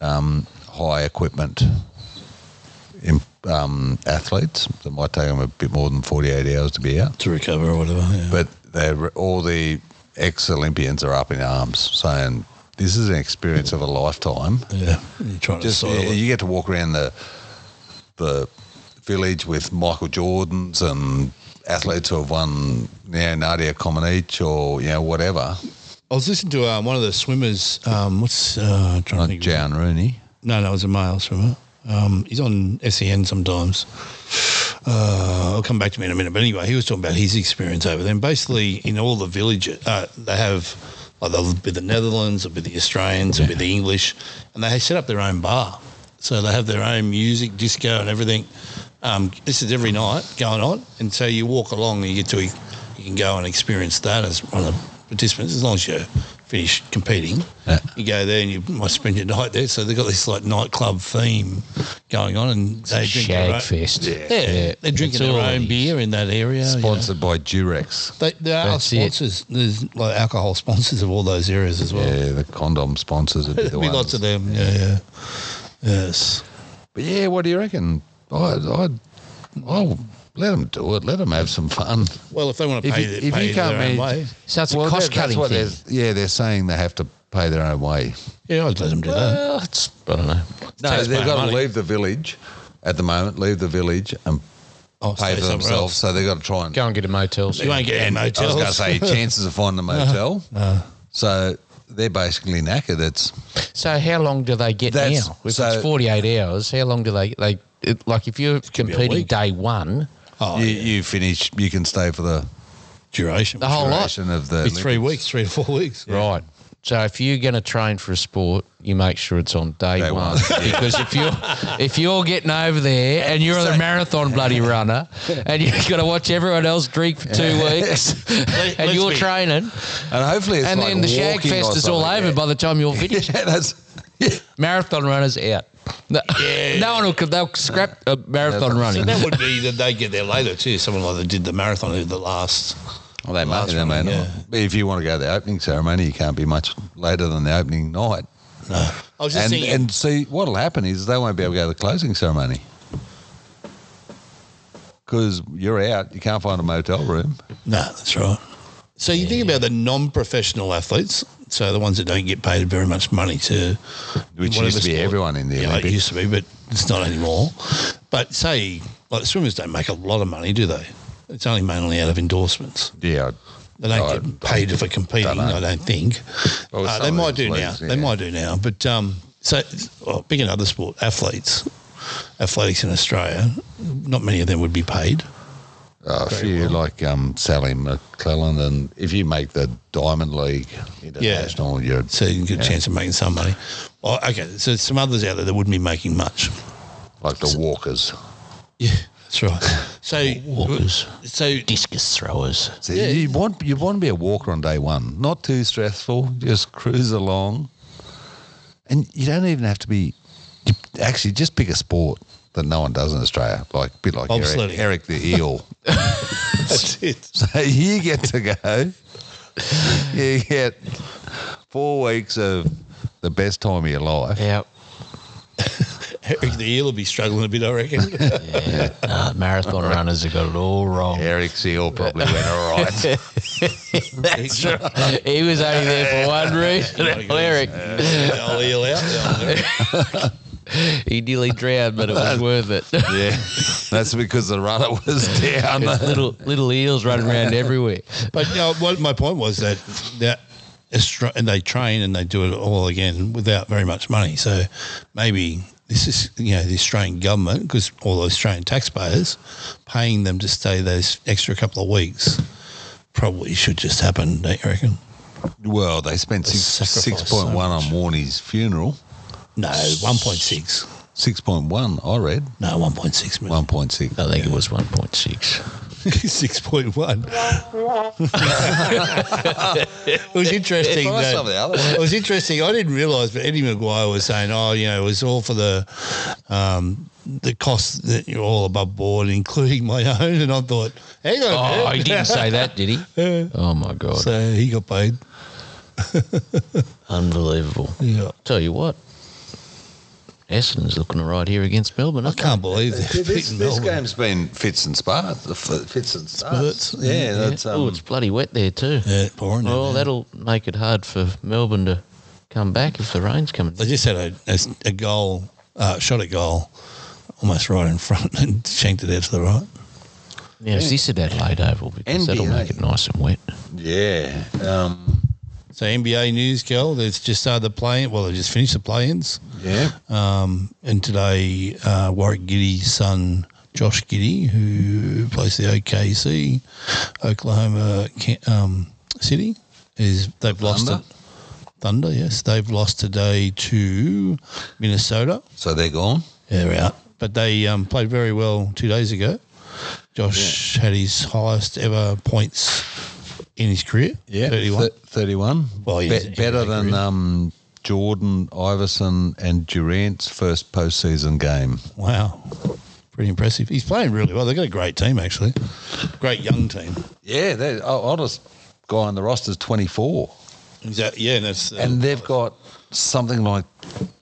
Speaker 4: um, high equipment in, um, athletes. It might take them a bit more than forty eight hours to be out,
Speaker 2: To recover or whatever. Yeah.
Speaker 4: but they all the ex Olympians are up in arms saying this is an experience of a lifetime
Speaker 2: yeah, you're trying
Speaker 4: just
Speaker 2: to soil
Speaker 4: you,
Speaker 2: it.
Speaker 4: you get to walk around the the village with Michael Jordans and athletes who have won you know, Nadia Comaneci or you know whatever,
Speaker 2: I was listening to um, one of the swimmers. Um, what's uh, trying
Speaker 4: like
Speaker 2: to think? of-
Speaker 4: Jan Rooney.
Speaker 2: No, no, it was a male swimmer. Um, he's on SEN sometimes. Uh, I'll come back to me in a minute. But anyway, he was talking about his experience over there. And basically, in all the villages, uh, they have, like, they'll be the Netherlands, they'll be the Australians, they'll be the English, and they set up their own bar. So they have their own music, disco, and everything. Um, this is every night going on. And so you walk along and you get to, you can go and experience that as one of the participants, as long as you finish competing.
Speaker 4: Yeah.
Speaker 2: You go there and you might spend your night there. So they've got this like nightclub theme going on, and they drink their
Speaker 5: Shag
Speaker 2: own-
Speaker 5: fest.
Speaker 2: Yeah, they're drinking their own beer in that area. you know.
Speaker 4: Sponsored by Durex.
Speaker 2: They, there are
Speaker 5: That's it.
Speaker 2: sponsors. There's like alcohol sponsors of all those areas as well.
Speaker 4: Yeah, the condom sponsors would be the
Speaker 2: There'll be
Speaker 4: ones.
Speaker 2: lots of them. Yeah, yeah. Yes.
Speaker 4: But yeah, what do you reckon? I'd, I'd, I'll let them do it. Let them have some fun.
Speaker 2: Well, if they want to
Speaker 4: If
Speaker 2: pay,
Speaker 4: you-
Speaker 2: their-
Speaker 4: if you
Speaker 2: pay
Speaker 4: can't
Speaker 2: their own
Speaker 4: manage-
Speaker 2: way,
Speaker 5: So it's
Speaker 4: Well,
Speaker 5: a
Speaker 4: that-
Speaker 5: cost cutting thing.
Speaker 4: they're, yeah, they're saying they have to pay their own way.
Speaker 2: yeah, I'd let them do that.
Speaker 5: Well, Oh, it's, I don't know.
Speaker 4: No,
Speaker 2: Taxpayer
Speaker 4: they've got
Speaker 2: money.
Speaker 4: to leave the village at the moment, leave the village and
Speaker 2: I'll
Speaker 4: pay for themselves. So they've got to try and.
Speaker 5: Go and get a motel.
Speaker 2: You won't get any
Speaker 4: I was
Speaker 2: motels.
Speaker 4: going to say, chances of finding a
Speaker 5: Uh-huh.
Speaker 4: motel. So they're basically knackered. It's
Speaker 5: So how long do they get
Speaker 4: That's-
Speaker 5: now? If
Speaker 4: so-
Speaker 5: it's 48 hours, how long do they they it, like if you're
Speaker 2: could be a
Speaker 5: competing
Speaker 2: week.
Speaker 5: day 1,
Speaker 2: oh,
Speaker 4: you,
Speaker 2: yeah.
Speaker 4: you finish, you can stay for the
Speaker 2: duration.
Speaker 5: the whole lot.
Speaker 4: duration of the
Speaker 2: Be three weeks, three to four weeks.
Speaker 5: Right. So if you're going to train for a sport, you make sure it's on day,
Speaker 4: Day
Speaker 5: one,
Speaker 4: one,
Speaker 5: because if you're if you're getting over there and you're the marathon bloody runner and you've got to watch everyone else drink for two weeks and
Speaker 2: let's
Speaker 5: you're
Speaker 2: be-
Speaker 5: training
Speaker 4: And hopefully, it's
Speaker 5: and
Speaker 4: like
Speaker 5: then the shag
Speaker 4: walking or
Speaker 5: fest is all
Speaker 4: something,
Speaker 5: over
Speaker 4: yeah.
Speaker 5: by the time you're finished.
Speaker 4: yeah, that's
Speaker 5: marathon runners out. No, no one will they'll scrap a marathon
Speaker 2: So
Speaker 5: running.
Speaker 2: that would be that they get there later too. Someone like that did the marathon who the last.
Speaker 4: well, they
Speaker 2: Last
Speaker 4: must. They may
Speaker 2: one,
Speaker 4: not.
Speaker 2: yeah.
Speaker 4: But if you want to go to the opening ceremony, you can't be much later than the opening night.
Speaker 2: I was just
Speaker 4: And
Speaker 2: thinking.
Speaker 4: and see what'll happen is they won't be able to go to the closing ceremony because you're out. You can't find a motel room.
Speaker 2: no, that's right. So you think about the non-professional athletes, so the ones that don't get paid very much money to,
Speaker 4: Which
Speaker 2: whatever
Speaker 4: used to be
Speaker 2: sport-
Speaker 4: everyone in the
Speaker 2: yeah, it
Speaker 4: Olympics.
Speaker 2: used to be, but it's not anymore. But say, like swimmers don't make a lot of money, do they? It's only mainly out of endorsements.
Speaker 4: Yeah, uh,
Speaker 2: They don't
Speaker 4: Oh, I
Speaker 2: get paid for competing,
Speaker 4: dunno.
Speaker 2: I don't think.
Speaker 4: Well,
Speaker 2: Uh,
Speaker 4: some
Speaker 2: they
Speaker 4: of
Speaker 2: might
Speaker 4: these
Speaker 2: do
Speaker 4: leagues,
Speaker 2: now.
Speaker 4: yeah.
Speaker 2: They might do now. But um, so, well, big another sport, athletes, athletics in Australia, not many of them would be paid.
Speaker 4: uh, a few like um, Sally McClellan, and if you make the Diamond League International, you're
Speaker 2: So you get a chance of making some money. Oh, okay, so some others out there that wouldn't be making much.
Speaker 4: like the Walkers.
Speaker 2: Yeah, that's right. So
Speaker 5: Walkers.
Speaker 2: So
Speaker 5: Discus throwers.
Speaker 4: So you want you want to be a walker on day one, not too stressful. Just cruise along, and you don't even have to be. You actually, just pick a sport that no one does in Australia, like a bit like Eric,
Speaker 2: Bobsledding.
Speaker 4: Eric the eel.
Speaker 2: that's it.
Speaker 4: so you get to go. You get four weeks of the best time of your life.
Speaker 5: Yeah.
Speaker 2: Eric the eel will be struggling a bit, I reckon.
Speaker 5: yeah. No, Uh, marathon runners have got it all wrong.
Speaker 4: Eric's eel probably went all right.
Speaker 2: That's right.
Speaker 5: He was only there for one reason. Eric,
Speaker 2: I'll eel out. there.
Speaker 5: he nearly drowned, but it was worth it.
Speaker 4: yeah, that's because the rudder was down.
Speaker 5: little little eels running around everywhere.
Speaker 2: But you know, what my point was that that Austra- and they train and they do it all again without very much money. So maybe this is you know the Australian government because all the Australian taxpayers paying them to stay those extra couple of weeks probably should just happen. Don't you reckon?
Speaker 4: Well, they spent six,
Speaker 2: sacrificed
Speaker 4: 6.1
Speaker 2: so
Speaker 4: on
Speaker 2: much.
Speaker 4: Warney's funeral.
Speaker 2: No, one point six.
Speaker 4: 6.1, I read.
Speaker 2: No, one point six million.
Speaker 4: 1.6.
Speaker 2: Oh,
Speaker 5: I think it was 1.6.
Speaker 2: Six point one. it was interesting.
Speaker 4: It's nice
Speaker 2: that-
Speaker 4: some of the other ones.
Speaker 2: It was interesting. I didn't realise, but Eddie McGuire was saying, "Oh, you know, it was all for the um, the costs that you're all above board, including my own." And I thought, "Hang on, a
Speaker 5: Oh,
Speaker 2: minute.
Speaker 5: he didn't say that, did he? Oh, my God.
Speaker 2: So he got paid.
Speaker 5: Unbelievable.
Speaker 2: Yeah,
Speaker 5: Tell you what, Essendon's looking right here against Melbourne.
Speaker 2: I
Speaker 5: aren't
Speaker 2: can't believe
Speaker 4: Yeah,
Speaker 2: they're
Speaker 4: this,
Speaker 2: beating
Speaker 4: this
Speaker 2: Melbourne.
Speaker 4: game's been fits and spars. the f- Fits and starts.
Speaker 2: Spurts,
Speaker 4: Yeah,
Speaker 2: yeah.
Speaker 4: that's. Um,
Speaker 5: oh, it's bloody wet there too.
Speaker 2: Yeah, it's pouring. down
Speaker 5: well,
Speaker 2: there.
Speaker 5: that'll make it hard for Melbourne to come back if the rain's coming.
Speaker 2: They just had a, a, a goal, uh, shot at goal, almost right in front, and shanked it out to the right.
Speaker 5: Now, is this at Adelaide Oval? Because that'll
Speaker 4: NBA.
Speaker 5: make it nice and wet.
Speaker 4: yeah. Um,
Speaker 2: So NBA news, Kel. They've just started the play. Well, they just finished the play-ins.
Speaker 4: Yeah.
Speaker 2: Um, and today, uh, Warwick Giddy's son, Josh Giddy, who plays the OKC, Oklahoma Ca- um, City, is they've lost
Speaker 4: Thunder?
Speaker 2: it. Thunder, yes, they've lost today to Minnesota.
Speaker 4: So they're gone.
Speaker 2: Yeah, they're out. But they um, played very well two days ago. Josh had his highest ever points in his career. thirty-one.
Speaker 4: Thir- 31.
Speaker 2: Well, yeah,
Speaker 4: Be-
Speaker 2: it's
Speaker 4: better
Speaker 2: anyway,
Speaker 4: than
Speaker 2: career.
Speaker 4: um, Jordan, Iverson, and Durant's first postseason game.
Speaker 2: Wow. Pretty impressive. He's playing really well. They've got a great team, actually. Great young team.
Speaker 4: Yeah, they, oh, oldest guy on the roster's 24,
Speaker 2: yeah, and that's. uh,
Speaker 4: and they've got something like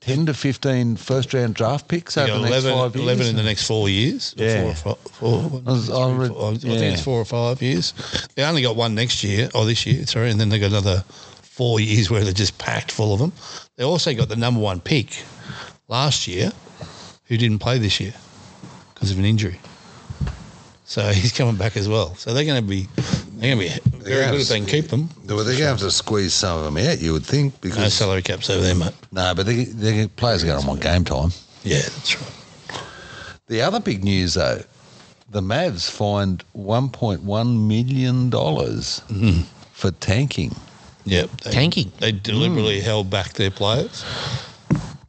Speaker 4: 10 to 15 first round draft picks over the next
Speaker 2: 11,
Speaker 4: five years.
Speaker 2: 11 in the next four years. Or Four
Speaker 4: Yeah.
Speaker 2: or fi- four, one,
Speaker 4: I was-
Speaker 2: two,
Speaker 4: I
Speaker 2: three,
Speaker 4: read-
Speaker 2: four- I think it's
Speaker 4: yeah.
Speaker 2: four or five years. They only got one next year, or this year, sorry, and then they got another four years where they're just packed full of them. They also got the number one pick last year who didn't play this year because of an injury. So he's coming back as well. So they're going to be they're going to be very
Speaker 4: Yeah,
Speaker 2: good if they can keep them.
Speaker 4: Well, they're going to have to squeeze some of them out, you would think, because
Speaker 2: No salary caps over there, mate.
Speaker 4: no, but the the players are going to want game time.
Speaker 2: Yeah, that's right.
Speaker 4: The other big news, though, the Mavs fined 1.1 million dollars
Speaker 2: Mm-hmm.
Speaker 4: for tanking.
Speaker 2: Yep. They,
Speaker 5: Tanking.
Speaker 2: They deliberately held back their players.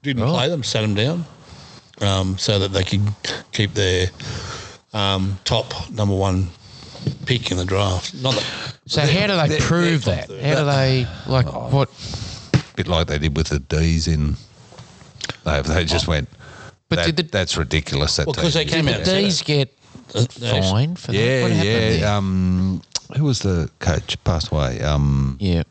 Speaker 2: Didn't
Speaker 5: Right.
Speaker 2: play them, sat them down um, so that they could keep their um, top number one pick in the draft. Not that,
Speaker 5: So how do they
Speaker 4: they're-
Speaker 5: prove
Speaker 4: they're-
Speaker 5: that? How do they like what?
Speaker 4: bit like they did with the D's in. They, they just went.
Speaker 5: But
Speaker 4: "That-
Speaker 5: did the
Speaker 4: that's ridiculous. That
Speaker 2: Well, 'cause they
Speaker 4: team."
Speaker 2: came out
Speaker 5: did these get fined for that? What
Speaker 4: Yeah,
Speaker 5: happened there?
Speaker 4: yeah. Um, who was the coach? Passed away. Um,
Speaker 5: Yeah.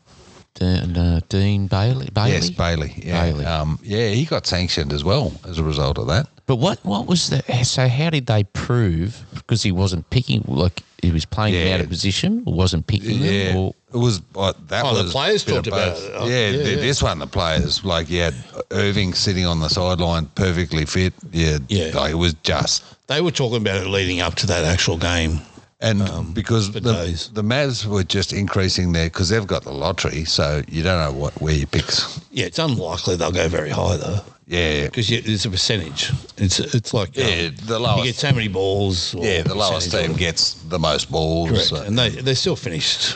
Speaker 5: And uh, Dean Bailey. Bailey.
Speaker 4: Yes, Bailey. Yeah.
Speaker 5: Bailey.
Speaker 4: Um, yeah, he got sanctioned as well as a result of that.
Speaker 5: But what what was the so? How did they prove because he wasn't picking? Like he was playing them
Speaker 4: Yeah.
Speaker 5: out of position, or wasn't picking
Speaker 4: Yeah,
Speaker 5: them, or
Speaker 4: it was uh, that
Speaker 2: Oh,
Speaker 4: was
Speaker 2: the players
Speaker 4: a bit
Speaker 2: talked
Speaker 4: of
Speaker 2: about
Speaker 4: both.
Speaker 2: it. Oh,
Speaker 4: Yeah,
Speaker 2: yeah,
Speaker 4: th-
Speaker 2: yeah.
Speaker 4: this one the players like you had Irving sitting on the sideline, perfectly fit. Yeah,
Speaker 2: Yeah.
Speaker 4: like it was just
Speaker 2: they were talking about it leading up to that actual game.
Speaker 4: And because
Speaker 2: for
Speaker 4: the,
Speaker 2: Um, days.
Speaker 4: the Mavs were just increasing their because they've got the lottery, so you don't know what where you picks.
Speaker 2: Yeah, it's unlikely they'll go very high, though.
Speaker 4: Yeah,
Speaker 2: Because it's a percentage. It's it's like uh,
Speaker 4: Yeah, the
Speaker 2: you
Speaker 4: lowest-
Speaker 2: get so many balls. or
Speaker 4: yeah. The lowest
Speaker 2: percentage or
Speaker 4: team gets the most balls.
Speaker 2: Correct.
Speaker 4: So.
Speaker 2: And they, they're still finished.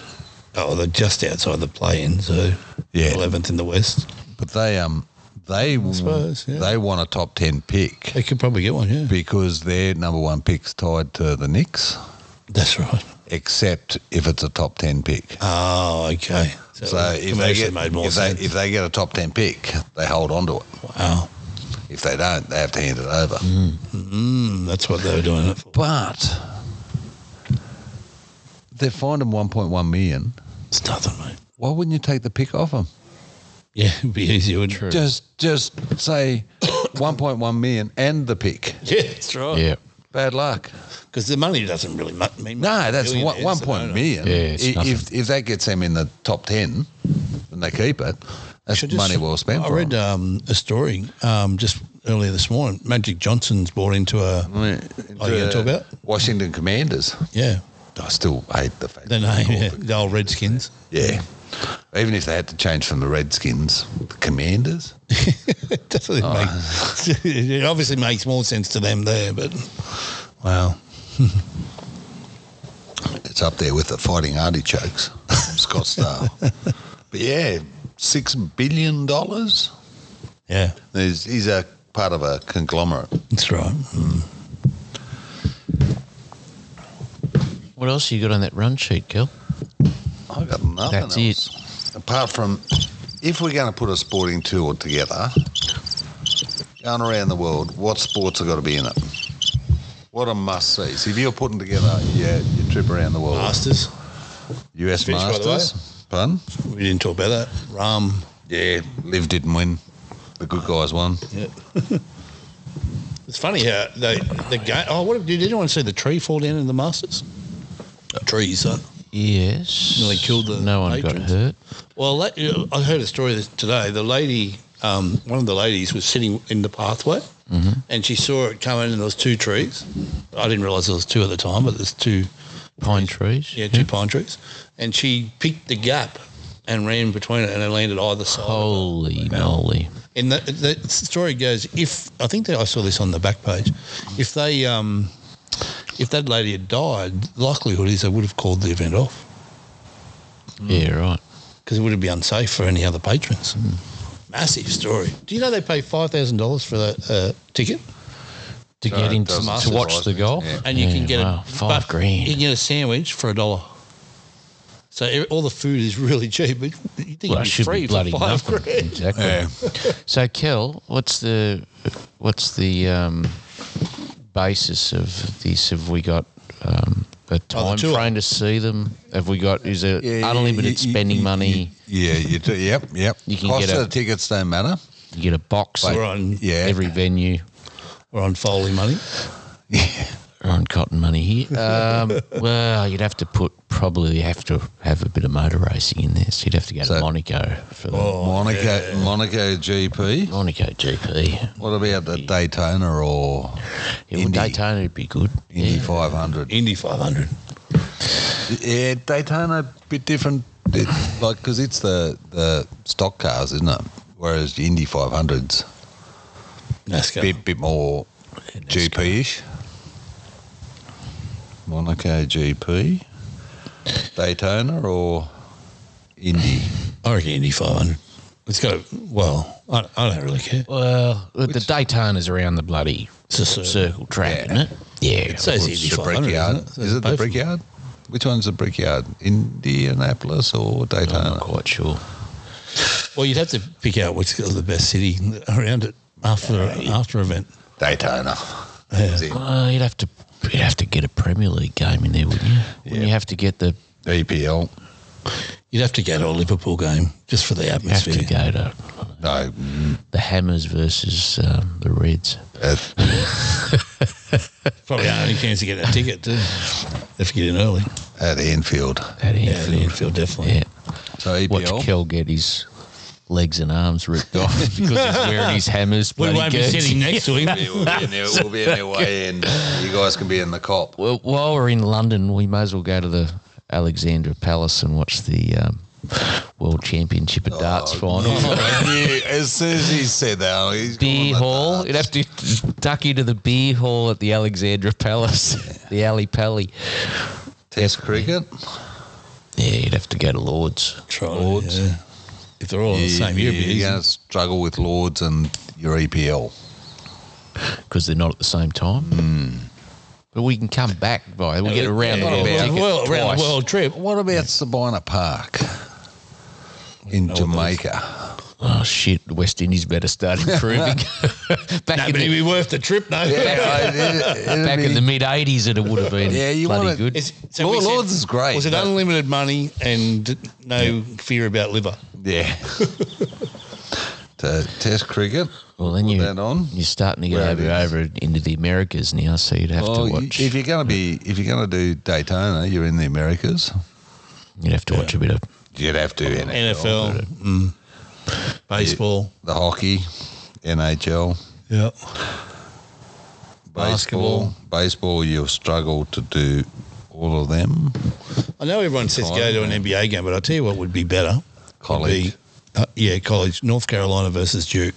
Speaker 2: Oh, they're just outside the play in, so
Speaker 4: Yeah.
Speaker 2: 11th in the West.
Speaker 4: But they um they
Speaker 2: suppose, yeah.
Speaker 4: they want a top ten pick
Speaker 2: They could probably get one, yeah.
Speaker 4: because their number one pick's tied to the Knicks,
Speaker 2: That's right.
Speaker 4: except if it's a top ten pick.
Speaker 2: Oh, okay. it
Speaker 4: So if they
Speaker 2: commercially
Speaker 4: get
Speaker 2: made more
Speaker 4: if they
Speaker 2: sense.
Speaker 4: if they get a top ten pick, they hold on to it.
Speaker 2: wow.
Speaker 4: If they don't, they have to hand it over.
Speaker 2: Mm, that's what they were doing it for.
Speaker 4: But they fined them 1.1 million.
Speaker 2: It's nothing, mate.
Speaker 4: Why wouldn't you take the pick off them?
Speaker 2: Yeah, it'd be easier, wouldn't it?
Speaker 4: Just just say 1.1 million and the pick.
Speaker 2: Yeah, that's right.
Speaker 5: yeah,
Speaker 4: Bad luck.
Speaker 2: Because the money doesn't really mu- mean much.
Speaker 4: No, that's one,
Speaker 2: Billionaires,
Speaker 4: one
Speaker 2: they
Speaker 4: point
Speaker 2: don't.
Speaker 4: million.
Speaker 5: Yeah, it's
Speaker 4: I-
Speaker 5: nothing.
Speaker 4: if if that gets them in the top ten and they keep it, that's
Speaker 2: Should just-
Speaker 4: money well spent.
Speaker 2: I
Speaker 4: for
Speaker 2: read
Speaker 4: them.
Speaker 2: um, a story um, just earlier this morning. Magic Johnson's bought into a. Oh, you gonna talk about?
Speaker 4: Washington Commanders.
Speaker 2: Yeah.
Speaker 4: I still hate the fact
Speaker 2: The
Speaker 4: that
Speaker 2: name,
Speaker 4: they call
Speaker 2: yeah,
Speaker 4: it the-
Speaker 2: the old Redskins.
Speaker 4: yeah. Even if they had to change from the Redskins, the Commanders.
Speaker 2: It doesn't
Speaker 4: Oh.
Speaker 2: make. it obviously makes more sense to them there, but wow,
Speaker 4: It's up there with the fighting artichokes from Scott Star. but yeah, six billion dollars.
Speaker 2: yeah,
Speaker 4: He's, he's a part of a conglomerate.
Speaker 2: that's right.
Speaker 5: What else you got on that run sheet, Kel?
Speaker 4: I got nothing
Speaker 5: That's
Speaker 4: else. Apart from, if we're going to put a sporting tour together, going around the world, what sports have got to be in it? What a must see. So if you're putting together your, your trip around the world,
Speaker 2: Masters.
Speaker 4: US
Speaker 2: Fish, by the way.
Speaker 4: Masters, pardon?
Speaker 2: We didn't talk about that. Rum.
Speaker 4: Yeah, live didn't win. The good guys won.
Speaker 2: Yeah. it's funny how they the game. Oh, what did anyone see the tree fall down in the Masters? trees, huh?
Speaker 5: Yes,
Speaker 2: Nearly killed the
Speaker 5: No one got
Speaker 2: patrons.
Speaker 5: hurt.
Speaker 2: Well, that, you know, I heard a story this- today. The lady, um, one of the ladies, was sitting in the pathway, and she saw it coming, and there was two trees. I didn't realise there was two at the time, but there's two
Speaker 5: Pine trees.
Speaker 2: Yeah, two pine trees. And she picked the gap and ran between it and it landed either side. of it.
Speaker 5: Holy moly.
Speaker 2: And the, the story goes, if I think that I saw this on the back page, if they, um, if that lady had died, the likelihood is they would have called the event off mm.
Speaker 5: Yeah, right.
Speaker 2: because it would have been unsafe for any other patrons.
Speaker 5: Hmm.
Speaker 2: Massive story. Do you know they pay five thousand dollars for the uh, ticket,
Speaker 5: To
Speaker 4: No,
Speaker 5: get
Speaker 4: it
Speaker 5: in
Speaker 4: doesn't
Speaker 5: to watch
Speaker 4: surprise
Speaker 5: the
Speaker 4: me.
Speaker 5: golf.
Speaker 4: Yeah.
Speaker 2: and you
Speaker 5: Yeah,
Speaker 2: can get
Speaker 5: wow,
Speaker 2: a
Speaker 5: five
Speaker 2: but
Speaker 5: grand.
Speaker 2: You can get a sandwich for a dollar. So e- all the food is really cheap, but you think
Speaker 5: Well, it
Speaker 2: it'd be
Speaker 5: should
Speaker 2: free
Speaker 5: be
Speaker 2: for
Speaker 5: bloody
Speaker 2: five
Speaker 5: nothing.
Speaker 2: grand.
Speaker 5: Exactly.
Speaker 4: Yeah.
Speaker 5: So, Kel, what's the what's the um, basis of this? Have we got um, a time
Speaker 2: tour.
Speaker 5: frame to see them? Have we got is it
Speaker 4: Oh, Yeah, yeah,
Speaker 5: unlimited
Speaker 4: you- you-
Speaker 5: spending
Speaker 4: you-
Speaker 5: money? You,
Speaker 4: yeah, you do. Yep, yep.
Speaker 5: You can
Speaker 4: Cost
Speaker 5: get a-
Speaker 4: of the tickets don't matter.
Speaker 5: get a box
Speaker 2: We're
Speaker 5: at
Speaker 2: on,
Speaker 4: Yeah.
Speaker 5: every venue.
Speaker 2: we're on Foley money.
Speaker 5: We're on cotton money here. Um, well, you'd have to put probably have to have a bit of motor racing in there. So you'd have to go to
Speaker 4: So-
Speaker 5: Monaco for the
Speaker 4: Oh, Monaco, Monaco GP.
Speaker 5: Monaco GP.
Speaker 4: What about the Daytona or
Speaker 5: Yeah, well,
Speaker 4: Indy,
Speaker 5: Daytona would be good.
Speaker 4: Indy
Speaker 5: Yeah.
Speaker 4: 500?
Speaker 2: Indy five hundred.
Speaker 4: Yeah, Daytona a bit different, it, like because it's the the stock cars, isn't it? Whereas the Indy 500s
Speaker 2: NASCAR.
Speaker 4: bit bit more GP ish. Monaco GP, Daytona or Indy.
Speaker 2: I reckon Indy 500. It's got a, well, I, I don't really care.
Speaker 5: Well, the Daytona's around the bloody
Speaker 2: It's a circle.
Speaker 5: circle track,
Speaker 4: Yeah.
Speaker 5: isn't it? Yeah.
Speaker 2: So it's
Speaker 4: Or it's
Speaker 2: Indy
Speaker 4: the
Speaker 2: 500,
Speaker 4: Brickyard.
Speaker 2: isn't it?
Speaker 4: Is it the
Speaker 2: Both-
Speaker 4: Brickyard? Which one's the Brickyard? Indianapolis or
Speaker 5: I'm
Speaker 4: Daytona?
Speaker 5: not quite sure.
Speaker 2: Well, you'd have to pick out which is the best city around it after after event.
Speaker 4: Daytona.
Speaker 2: Yeah.
Speaker 4: Is it
Speaker 5: Well, you'd have to you'd have to get a Premier League game in there, wouldn't you? Wouldn't you have to get the
Speaker 4: EPL.
Speaker 2: You'd have to go to a Liverpool game just for the
Speaker 5: you have
Speaker 2: atmosphere.
Speaker 5: to go to
Speaker 4: No. mm,
Speaker 5: the Hammers versus um, the Reds.
Speaker 4: uh,
Speaker 2: Probably our only chance to get a ticket too. If you get in early.
Speaker 4: At Anfield.
Speaker 5: At
Speaker 2: Yeah, the
Speaker 5: Anfield.
Speaker 2: Anfield definitely.
Speaker 5: Yeah.
Speaker 4: So E
Speaker 5: Watch
Speaker 4: EPL.
Speaker 5: Kel get his legs and arms ripped off because he's wearing his Hammers.
Speaker 2: We
Speaker 5: bloody
Speaker 2: won't be
Speaker 5: Guernsey.
Speaker 2: sitting next to him.
Speaker 4: we'll, be in there, we'll be in their way in. You guys can be in the cop.
Speaker 5: Well, while we're in London, we may as well go to the Alexandra Palace and watch the um, World Championship of Darts
Speaker 4: Oh,
Speaker 5: final.
Speaker 4: I knew- as soon as he said that, he's
Speaker 5: Oh, Beer
Speaker 4: gone,
Speaker 5: hall.
Speaker 4: "Nah."
Speaker 5: You'd have to duck into the beer hall at the Alexandra Palace, the Alley Pally.
Speaker 4: Test cricket.
Speaker 5: Yeah, you'd have to go to Lords.
Speaker 2: Try,
Speaker 4: Lords.
Speaker 2: yeah. If they're all in the same year, it'd be
Speaker 4: you're
Speaker 2: easy.
Speaker 4: going to struggle with Lords and your E EPL.
Speaker 5: because they're not at the same time. But we can come back by. We get around
Speaker 4: yeah,
Speaker 5: the world.
Speaker 4: yeah.
Speaker 5: ticket
Speaker 2: Well, around
Speaker 5: twice.
Speaker 2: the world trip.
Speaker 4: What about Sabina Park in
Speaker 2: know what that is.
Speaker 4: Jamaica?
Speaker 5: Oh shit! The West Indies better start improving. back
Speaker 2: No,
Speaker 5: in
Speaker 2: but it'd
Speaker 5: the,
Speaker 2: be worth the trip, no?
Speaker 5: back in the mid '80s, it would have been
Speaker 4: Yeah, you
Speaker 5: bloody
Speaker 4: wanna-
Speaker 5: good.
Speaker 2: Is,
Speaker 4: Lord-
Speaker 2: we said-
Speaker 4: Lords is great,
Speaker 2: Was it
Speaker 4: but-
Speaker 2: unlimited money and no fear about liver?
Speaker 4: yeah. to test cricket.
Speaker 5: Well, then
Speaker 4: Put
Speaker 5: you
Speaker 4: that on.
Speaker 5: you're starting to get
Speaker 4: uh, Where it
Speaker 5: over
Speaker 4: is.
Speaker 5: over into the Americas now, so you'd have
Speaker 4: Well,
Speaker 5: to watch.
Speaker 4: if you're going to be, if you're going to do Daytona, you're in the Americas.
Speaker 5: You'd have to watch a bit of
Speaker 4: You'd have to NFL,
Speaker 2: NFL, mm, baseball,
Speaker 4: the hockey, NHL,
Speaker 2: yeah.
Speaker 4: baseball.
Speaker 2: Basketball.
Speaker 4: Baseball, you'll struggle to do all of them.
Speaker 2: I know everyone says go to an NBA game, but I tell you what would be better. would
Speaker 4: College.
Speaker 2: be- uh, yeah, college. North Carolina versus Duke,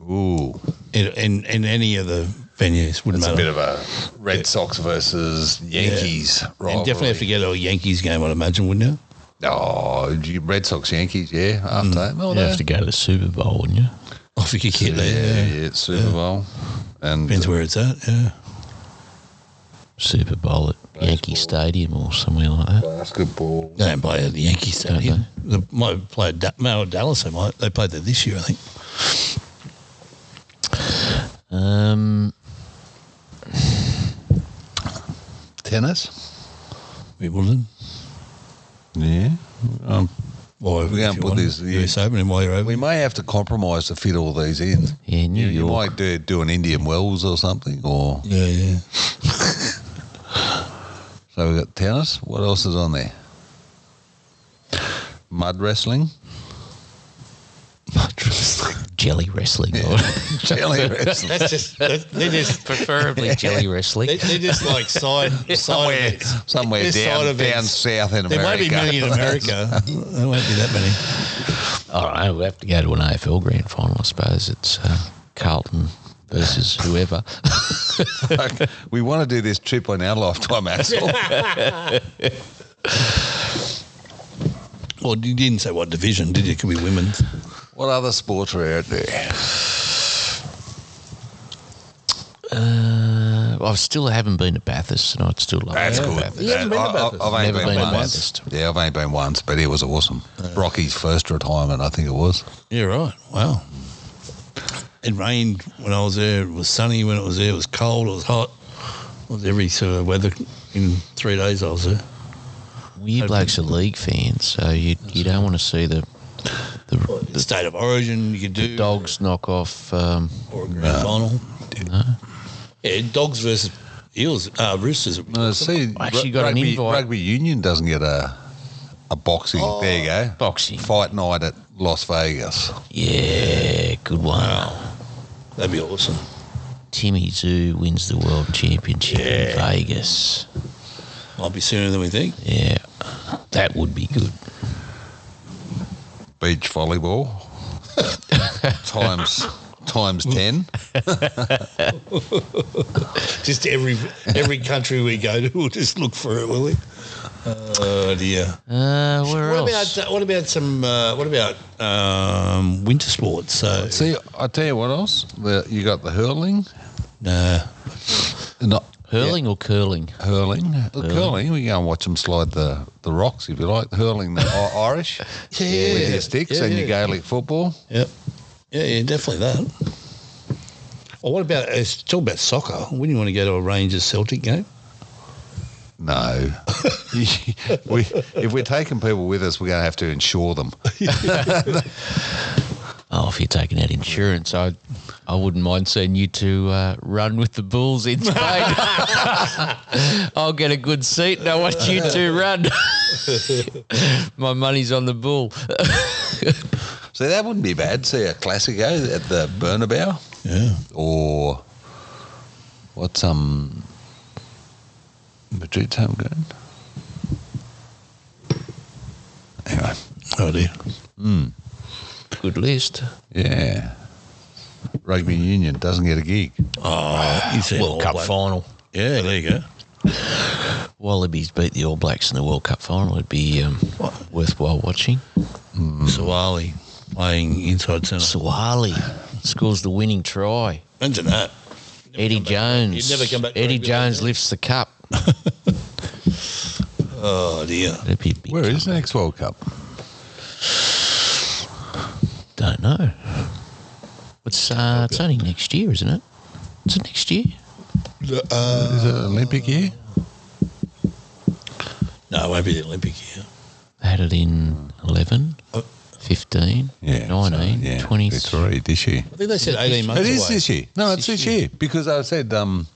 Speaker 4: Ooh,
Speaker 2: in in, in any of the venues wouldn't
Speaker 4: it's a
Speaker 2: matter.
Speaker 4: bit of a Red Sox versus Yankees rivalry.
Speaker 2: and definitely have to get to a Yankees game, I'd imagine, wouldn't you?
Speaker 4: Oh, you- Red Sox, Yankees, yeah.
Speaker 2: Mm.
Speaker 4: After that, well,
Speaker 5: you'd have to go to the Super Bowl, wouldn't you?
Speaker 2: I think you could get
Speaker 4: yeah, yeah,
Speaker 2: there. Yeah.
Speaker 4: it's Super Bowl, and
Speaker 2: Depends where it's at. Yeah.
Speaker 5: Super Bowl at Yankee Stadium or somewhere like that.
Speaker 4: basketball.
Speaker 2: They don't play at the Yankees Stadium. They might play at Da- no, Dallas. They might. They played there this year, I think.
Speaker 5: Um,
Speaker 4: Tennis.
Speaker 2: Wimbledon.
Speaker 4: Yeah, um,
Speaker 2: Why
Speaker 4: We're gonna
Speaker 2: if you
Speaker 4: put
Speaker 2: want
Speaker 4: this-
Speaker 2: it. US Open and while you're over.
Speaker 4: we may have to compromise to fit all these in.
Speaker 5: yeah, New
Speaker 4: You, you
Speaker 5: York.
Speaker 4: might do, do an Indian Wells or something, or
Speaker 2: Yeah, yeah.
Speaker 4: so we've got tennis. What else is on there? Mud wrestling,
Speaker 2: Mud wrestling.
Speaker 5: jelly wrestling. or
Speaker 4: Jelly wrestling.
Speaker 5: That's just they're just preferably jelly wrestling.
Speaker 2: They, they're just like side side
Speaker 4: somewhere,
Speaker 2: events.
Speaker 4: somewhere
Speaker 2: This
Speaker 4: down,
Speaker 2: side events.
Speaker 4: down south in
Speaker 2: There
Speaker 4: America.
Speaker 2: won't be many in America. there won't be that many.
Speaker 5: All right, we'll have to go to an AFL grand final, I suppose. It's uh, Carlton versus whoever.
Speaker 4: Like, we want to do this trip on our lifetime, Axel.
Speaker 2: Well, you didn't say what division, did you? It could be women's.
Speaker 4: what other sports are out there?
Speaker 5: Uh, I still haven't been to Bathurst, and I'd still like
Speaker 4: That's
Speaker 5: to go
Speaker 4: good.
Speaker 5: to Bathurst.
Speaker 2: You haven't been to
Speaker 4: I- I-
Speaker 2: Bathurst?
Speaker 4: I've only
Speaker 5: Never
Speaker 4: been,
Speaker 5: been to
Speaker 4: once.
Speaker 5: Bathurst.
Speaker 4: Yeah, I've only been once, but it was awesome. Rocky's first retirement, I think it was.
Speaker 2: Yeah, right. Wow. It rained when I was there. It was sunny when it was there. It was cold. It was hot. It was every sort of weather in three days I was there.
Speaker 5: Well, you blokes are league fans, so you you don't want to see the the,
Speaker 2: The state of origin you could do.
Speaker 5: the dogs knock off. Um,
Speaker 2: Or a grand final. Yeah, dogs versus eels, uh, roosters.
Speaker 4: Uh, see,
Speaker 5: I actually
Speaker 4: ru-
Speaker 5: got an
Speaker 4: rugby,
Speaker 5: invite.
Speaker 4: Rugby union doesn't get a a boxing. there you go.
Speaker 5: boxing.
Speaker 4: fight night at Las Vegas.
Speaker 5: yeah, good one.
Speaker 2: Wow. That'd be awesome.
Speaker 5: Timmy Zoo wins the world championship
Speaker 2: Yeah.
Speaker 5: in Vegas.
Speaker 2: Might be sooner than we think.
Speaker 5: Yeah, that would be good.
Speaker 4: Beach volleyball times times ten.
Speaker 2: Just every every country we go to, we'll just look for it, will we? Oh dear.
Speaker 5: Uh, where
Speaker 2: What
Speaker 5: else?
Speaker 2: about uh, what about some uh, what about um, winter sports? So
Speaker 4: See, I tell you what else. The, you got the hurling.
Speaker 2: uh,
Speaker 4: Not
Speaker 5: Hurling or curling?
Speaker 4: Hurling. Curling. We go and watch them slide the, the rocks, if you like. Hurling the I- Irish
Speaker 2: yeah,
Speaker 4: with
Speaker 2: yeah.
Speaker 4: your sticks
Speaker 2: Yeah,
Speaker 4: and
Speaker 2: yeah.
Speaker 4: your Gaelic football.
Speaker 2: Yep. Yeah, yeah, definitely that. Or what about uh, talk about soccer? Wouldn't you want to go to a Rangers Celtic game?
Speaker 4: No. we, if we're taking people with us, we're going to have to insure them.
Speaker 5: Oh, if you're taking out insurance, I I wouldn't mind seeing you two uh, run with the bulls in Spain. I'll get a good seat and I watch you two run. My money's on the bull.
Speaker 4: So that wouldn't be bad. See a Classico at the Bernabeu
Speaker 2: Yeah.
Speaker 4: or what's um Madrid's home game? Anyway,
Speaker 2: Oh dear.
Speaker 5: Good list.
Speaker 4: yeah. Rugby union doesn't get a gig.
Speaker 2: Oh, you said
Speaker 5: World Cup final.
Speaker 2: Yeah, there you go.
Speaker 5: Wallabies beat the All Blacks in the World Cup final. It'd be um, worthwhile watching.
Speaker 2: Mm. Sawali playing inside centre.
Speaker 5: Sawali scores the winning try.
Speaker 2: Imagine that.
Speaker 5: Eddie Jones.
Speaker 2: You'd never come back to
Speaker 5: Eddie
Speaker 2: rugby league,
Speaker 5: Jones
Speaker 2: yeah.
Speaker 5: lifts the cup.
Speaker 2: Oh dear.
Speaker 5: That'd be a big
Speaker 4: Where
Speaker 5: cup.
Speaker 4: is the next World Cup?
Speaker 5: Don't know. It's uh, it's only next year, isn't it? Is it next year?
Speaker 2: uh,
Speaker 4: Is it Olympic year?
Speaker 2: No, it won't be the Olympic year.
Speaker 5: They had it in 11, 15, 19,
Speaker 4: Oh. yeah,
Speaker 5: 20.
Speaker 4: three this year.
Speaker 2: I think they said eighteen months.
Speaker 4: It is
Speaker 2: away.
Speaker 4: this year. No, it's this year because I said um,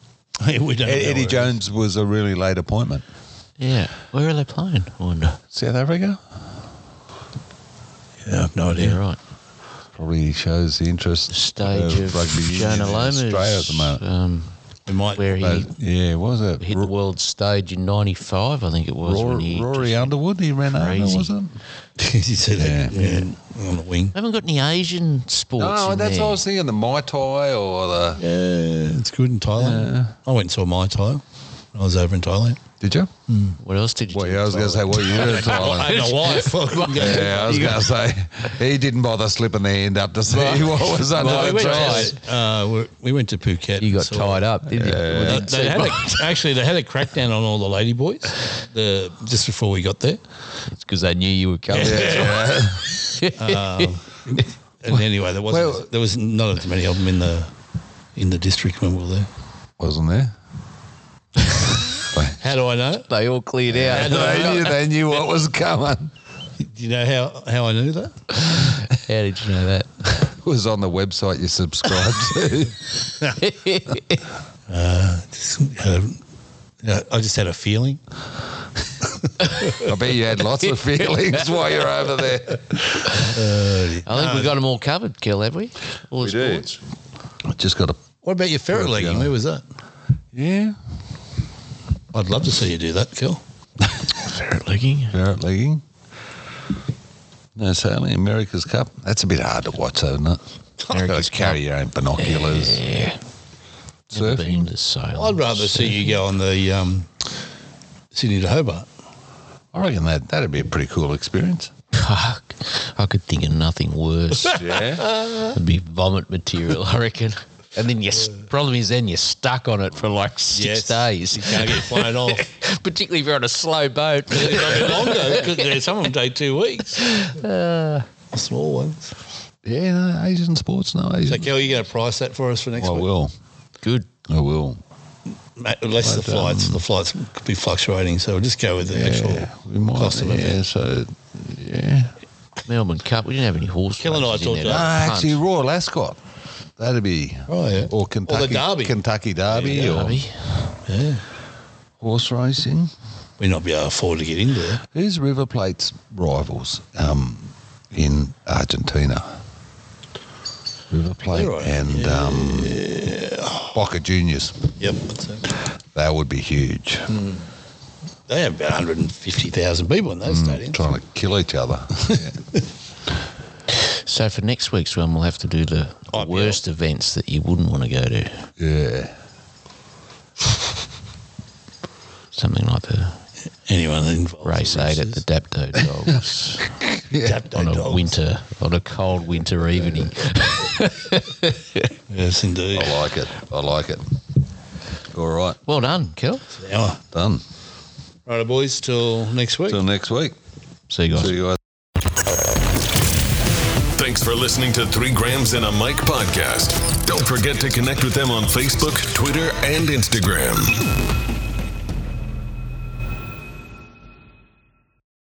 Speaker 2: Yeah, we don't know
Speaker 4: Ed- Eddie
Speaker 2: where it is.
Speaker 4: Jones was a really late appointment.
Speaker 5: Yeah. Where are they playing? Oh, I wonder.
Speaker 4: South Africa
Speaker 2: Yeah, I have no idea.
Speaker 5: Yeah, right.
Speaker 4: probably shows the interest
Speaker 5: The stage of Jonah
Speaker 4: in
Speaker 5: Lomas.
Speaker 4: Australia at the moment.
Speaker 5: Um,
Speaker 2: We might.
Speaker 5: where he
Speaker 4: But, yeah, what was it
Speaker 5: hit the world stage in 95, I think it was. when
Speaker 4: Rory,
Speaker 5: he
Speaker 4: Rory Underwood? He ran
Speaker 5: Crazy.
Speaker 4: over, was it?
Speaker 2: you see that?
Speaker 4: Yeah.
Speaker 2: Yeah. On the wing.
Speaker 5: I haven't got any Asian sports.
Speaker 4: No,
Speaker 5: in
Speaker 4: that's
Speaker 5: there.
Speaker 4: what I was thinking. The Mai Tai or the
Speaker 2: Yeah, it's good in Thailand. I went and saw my Thai. when I was over in Thailand.
Speaker 4: did you?
Speaker 5: What else did you
Speaker 4: Well,
Speaker 5: do?
Speaker 4: yeah, I was going to say what you did. at Thailand.
Speaker 2: know why.
Speaker 4: Yeah, I was going to say he didn't bother slipping the end up to see what was under
Speaker 2: Well, we,
Speaker 4: the
Speaker 2: went
Speaker 4: dress.
Speaker 2: to, uh, we- we went to Phuket.
Speaker 5: You
Speaker 2: and
Speaker 5: got
Speaker 2: saw-
Speaker 5: tied up, didn't you?
Speaker 2: They, they had a, actually, they had a crackdown on all the ladyboys the, just before we got there.
Speaker 5: It's because they knew you were coming.
Speaker 4: Yeah.
Speaker 2: And anyway, there wasn't
Speaker 4: Well-
Speaker 2: there was not as many of them in the in the district when we were there.
Speaker 4: wasn't there?
Speaker 2: How do I know?
Speaker 5: They all cleared out.
Speaker 4: they, knew, they knew what was coming.
Speaker 2: Do you know how, how I knew that?
Speaker 5: How did you know that?
Speaker 4: It was on the website you subscribed to.
Speaker 2: Um, Just, uh, you know, I just had a feeling.
Speaker 4: I bet you had lots of feelings while you're over there.
Speaker 5: I think we've got them all covered, Kel, have we? All the sports.
Speaker 4: Just got to,
Speaker 2: What about your ferret legging? Where was that?
Speaker 4: yeah,
Speaker 2: I'd love to see you do that, Kel.
Speaker 5: Ferret legging.
Speaker 4: ferret legging. No, sadly, America's Cup. That's a bit hard to watch, though, isn't it? Gotta
Speaker 5: America's
Speaker 4: carry your own binoculars.
Speaker 5: Yeah. Never
Speaker 4: Surfing.
Speaker 5: been to Salem.
Speaker 2: I'd rather see you go on the um, Sydney to Hobart.
Speaker 4: I reckon that that'd be a pretty cool experience.
Speaker 5: Fuck. I could think of nothing worse.
Speaker 4: Yeah,
Speaker 5: It'd be vomit material, I reckon. And then your problem is then you're stuck on it for like six
Speaker 2: You
Speaker 5: days,
Speaker 2: can't get flown off.
Speaker 5: particularly if you're on a slow boat.
Speaker 2: longer because some of them take two weeks. Small ones.
Speaker 4: yeah. No, Asian sports, no
Speaker 2: So,
Speaker 4: Asian.
Speaker 2: Kel, you going to price that for us for next
Speaker 4: I
Speaker 2: week?
Speaker 4: will.
Speaker 5: Good.
Speaker 4: I will.
Speaker 2: Mate, unless the
Speaker 4: But, um,
Speaker 2: flights, the flights could be fluctuating. So we'll just go with the
Speaker 4: Yeah,
Speaker 2: actual
Speaker 4: we might.
Speaker 2: cost of it.
Speaker 4: yeah, so yeah.
Speaker 5: Melbourne Cup. We didn't have any horse.
Speaker 2: Kel and I
Speaker 5: races in
Speaker 2: talked
Speaker 5: there,
Speaker 2: about-
Speaker 4: No,
Speaker 5: but
Speaker 4: Ah, actually,
Speaker 5: punt.
Speaker 4: Royal Ascot. That'd be
Speaker 2: Oh, yeah.
Speaker 4: or Kentucky
Speaker 2: Derby.
Speaker 4: Kentucky Derby,
Speaker 2: Yeah,
Speaker 4: or
Speaker 5: Derby.
Speaker 2: Yeah.
Speaker 4: horse racing.
Speaker 2: We'd not be able to afford to get in there.
Speaker 4: Who's River Plate's rivals um, in Argentina? River Plate
Speaker 2: They're all right.
Speaker 4: and um, Boca Juniors.
Speaker 2: Yep. that's it.
Speaker 4: That would be huge.
Speaker 2: Hmm, They have about 150,000 people in
Speaker 5: Mm,
Speaker 2: those stadiums.
Speaker 4: Hmm, Trying to kill each other.
Speaker 5: So for next week's one, we'll have to do the
Speaker 2: IPL.
Speaker 5: worst events that you wouldn't want to go to.
Speaker 4: yeah.
Speaker 5: Something like the
Speaker 2: Anyone involved.
Speaker 5: race eight at the Dapto Dogs on a winter, on a cold winter evening.
Speaker 2: Yes, indeed.
Speaker 5: Oh.
Speaker 4: I like it. I like it. All right.
Speaker 5: Well done, Kel.
Speaker 2: Hour.
Speaker 4: Done.
Speaker 2: Righto, boys. Till next week.
Speaker 4: Till next week.
Speaker 5: See you guys.
Speaker 4: See you guys.
Speaker 1: Thanks for listening to Three Grams and a Mic podcast. Don't forget to connect with them on Facebook, Twitter, and Instagram.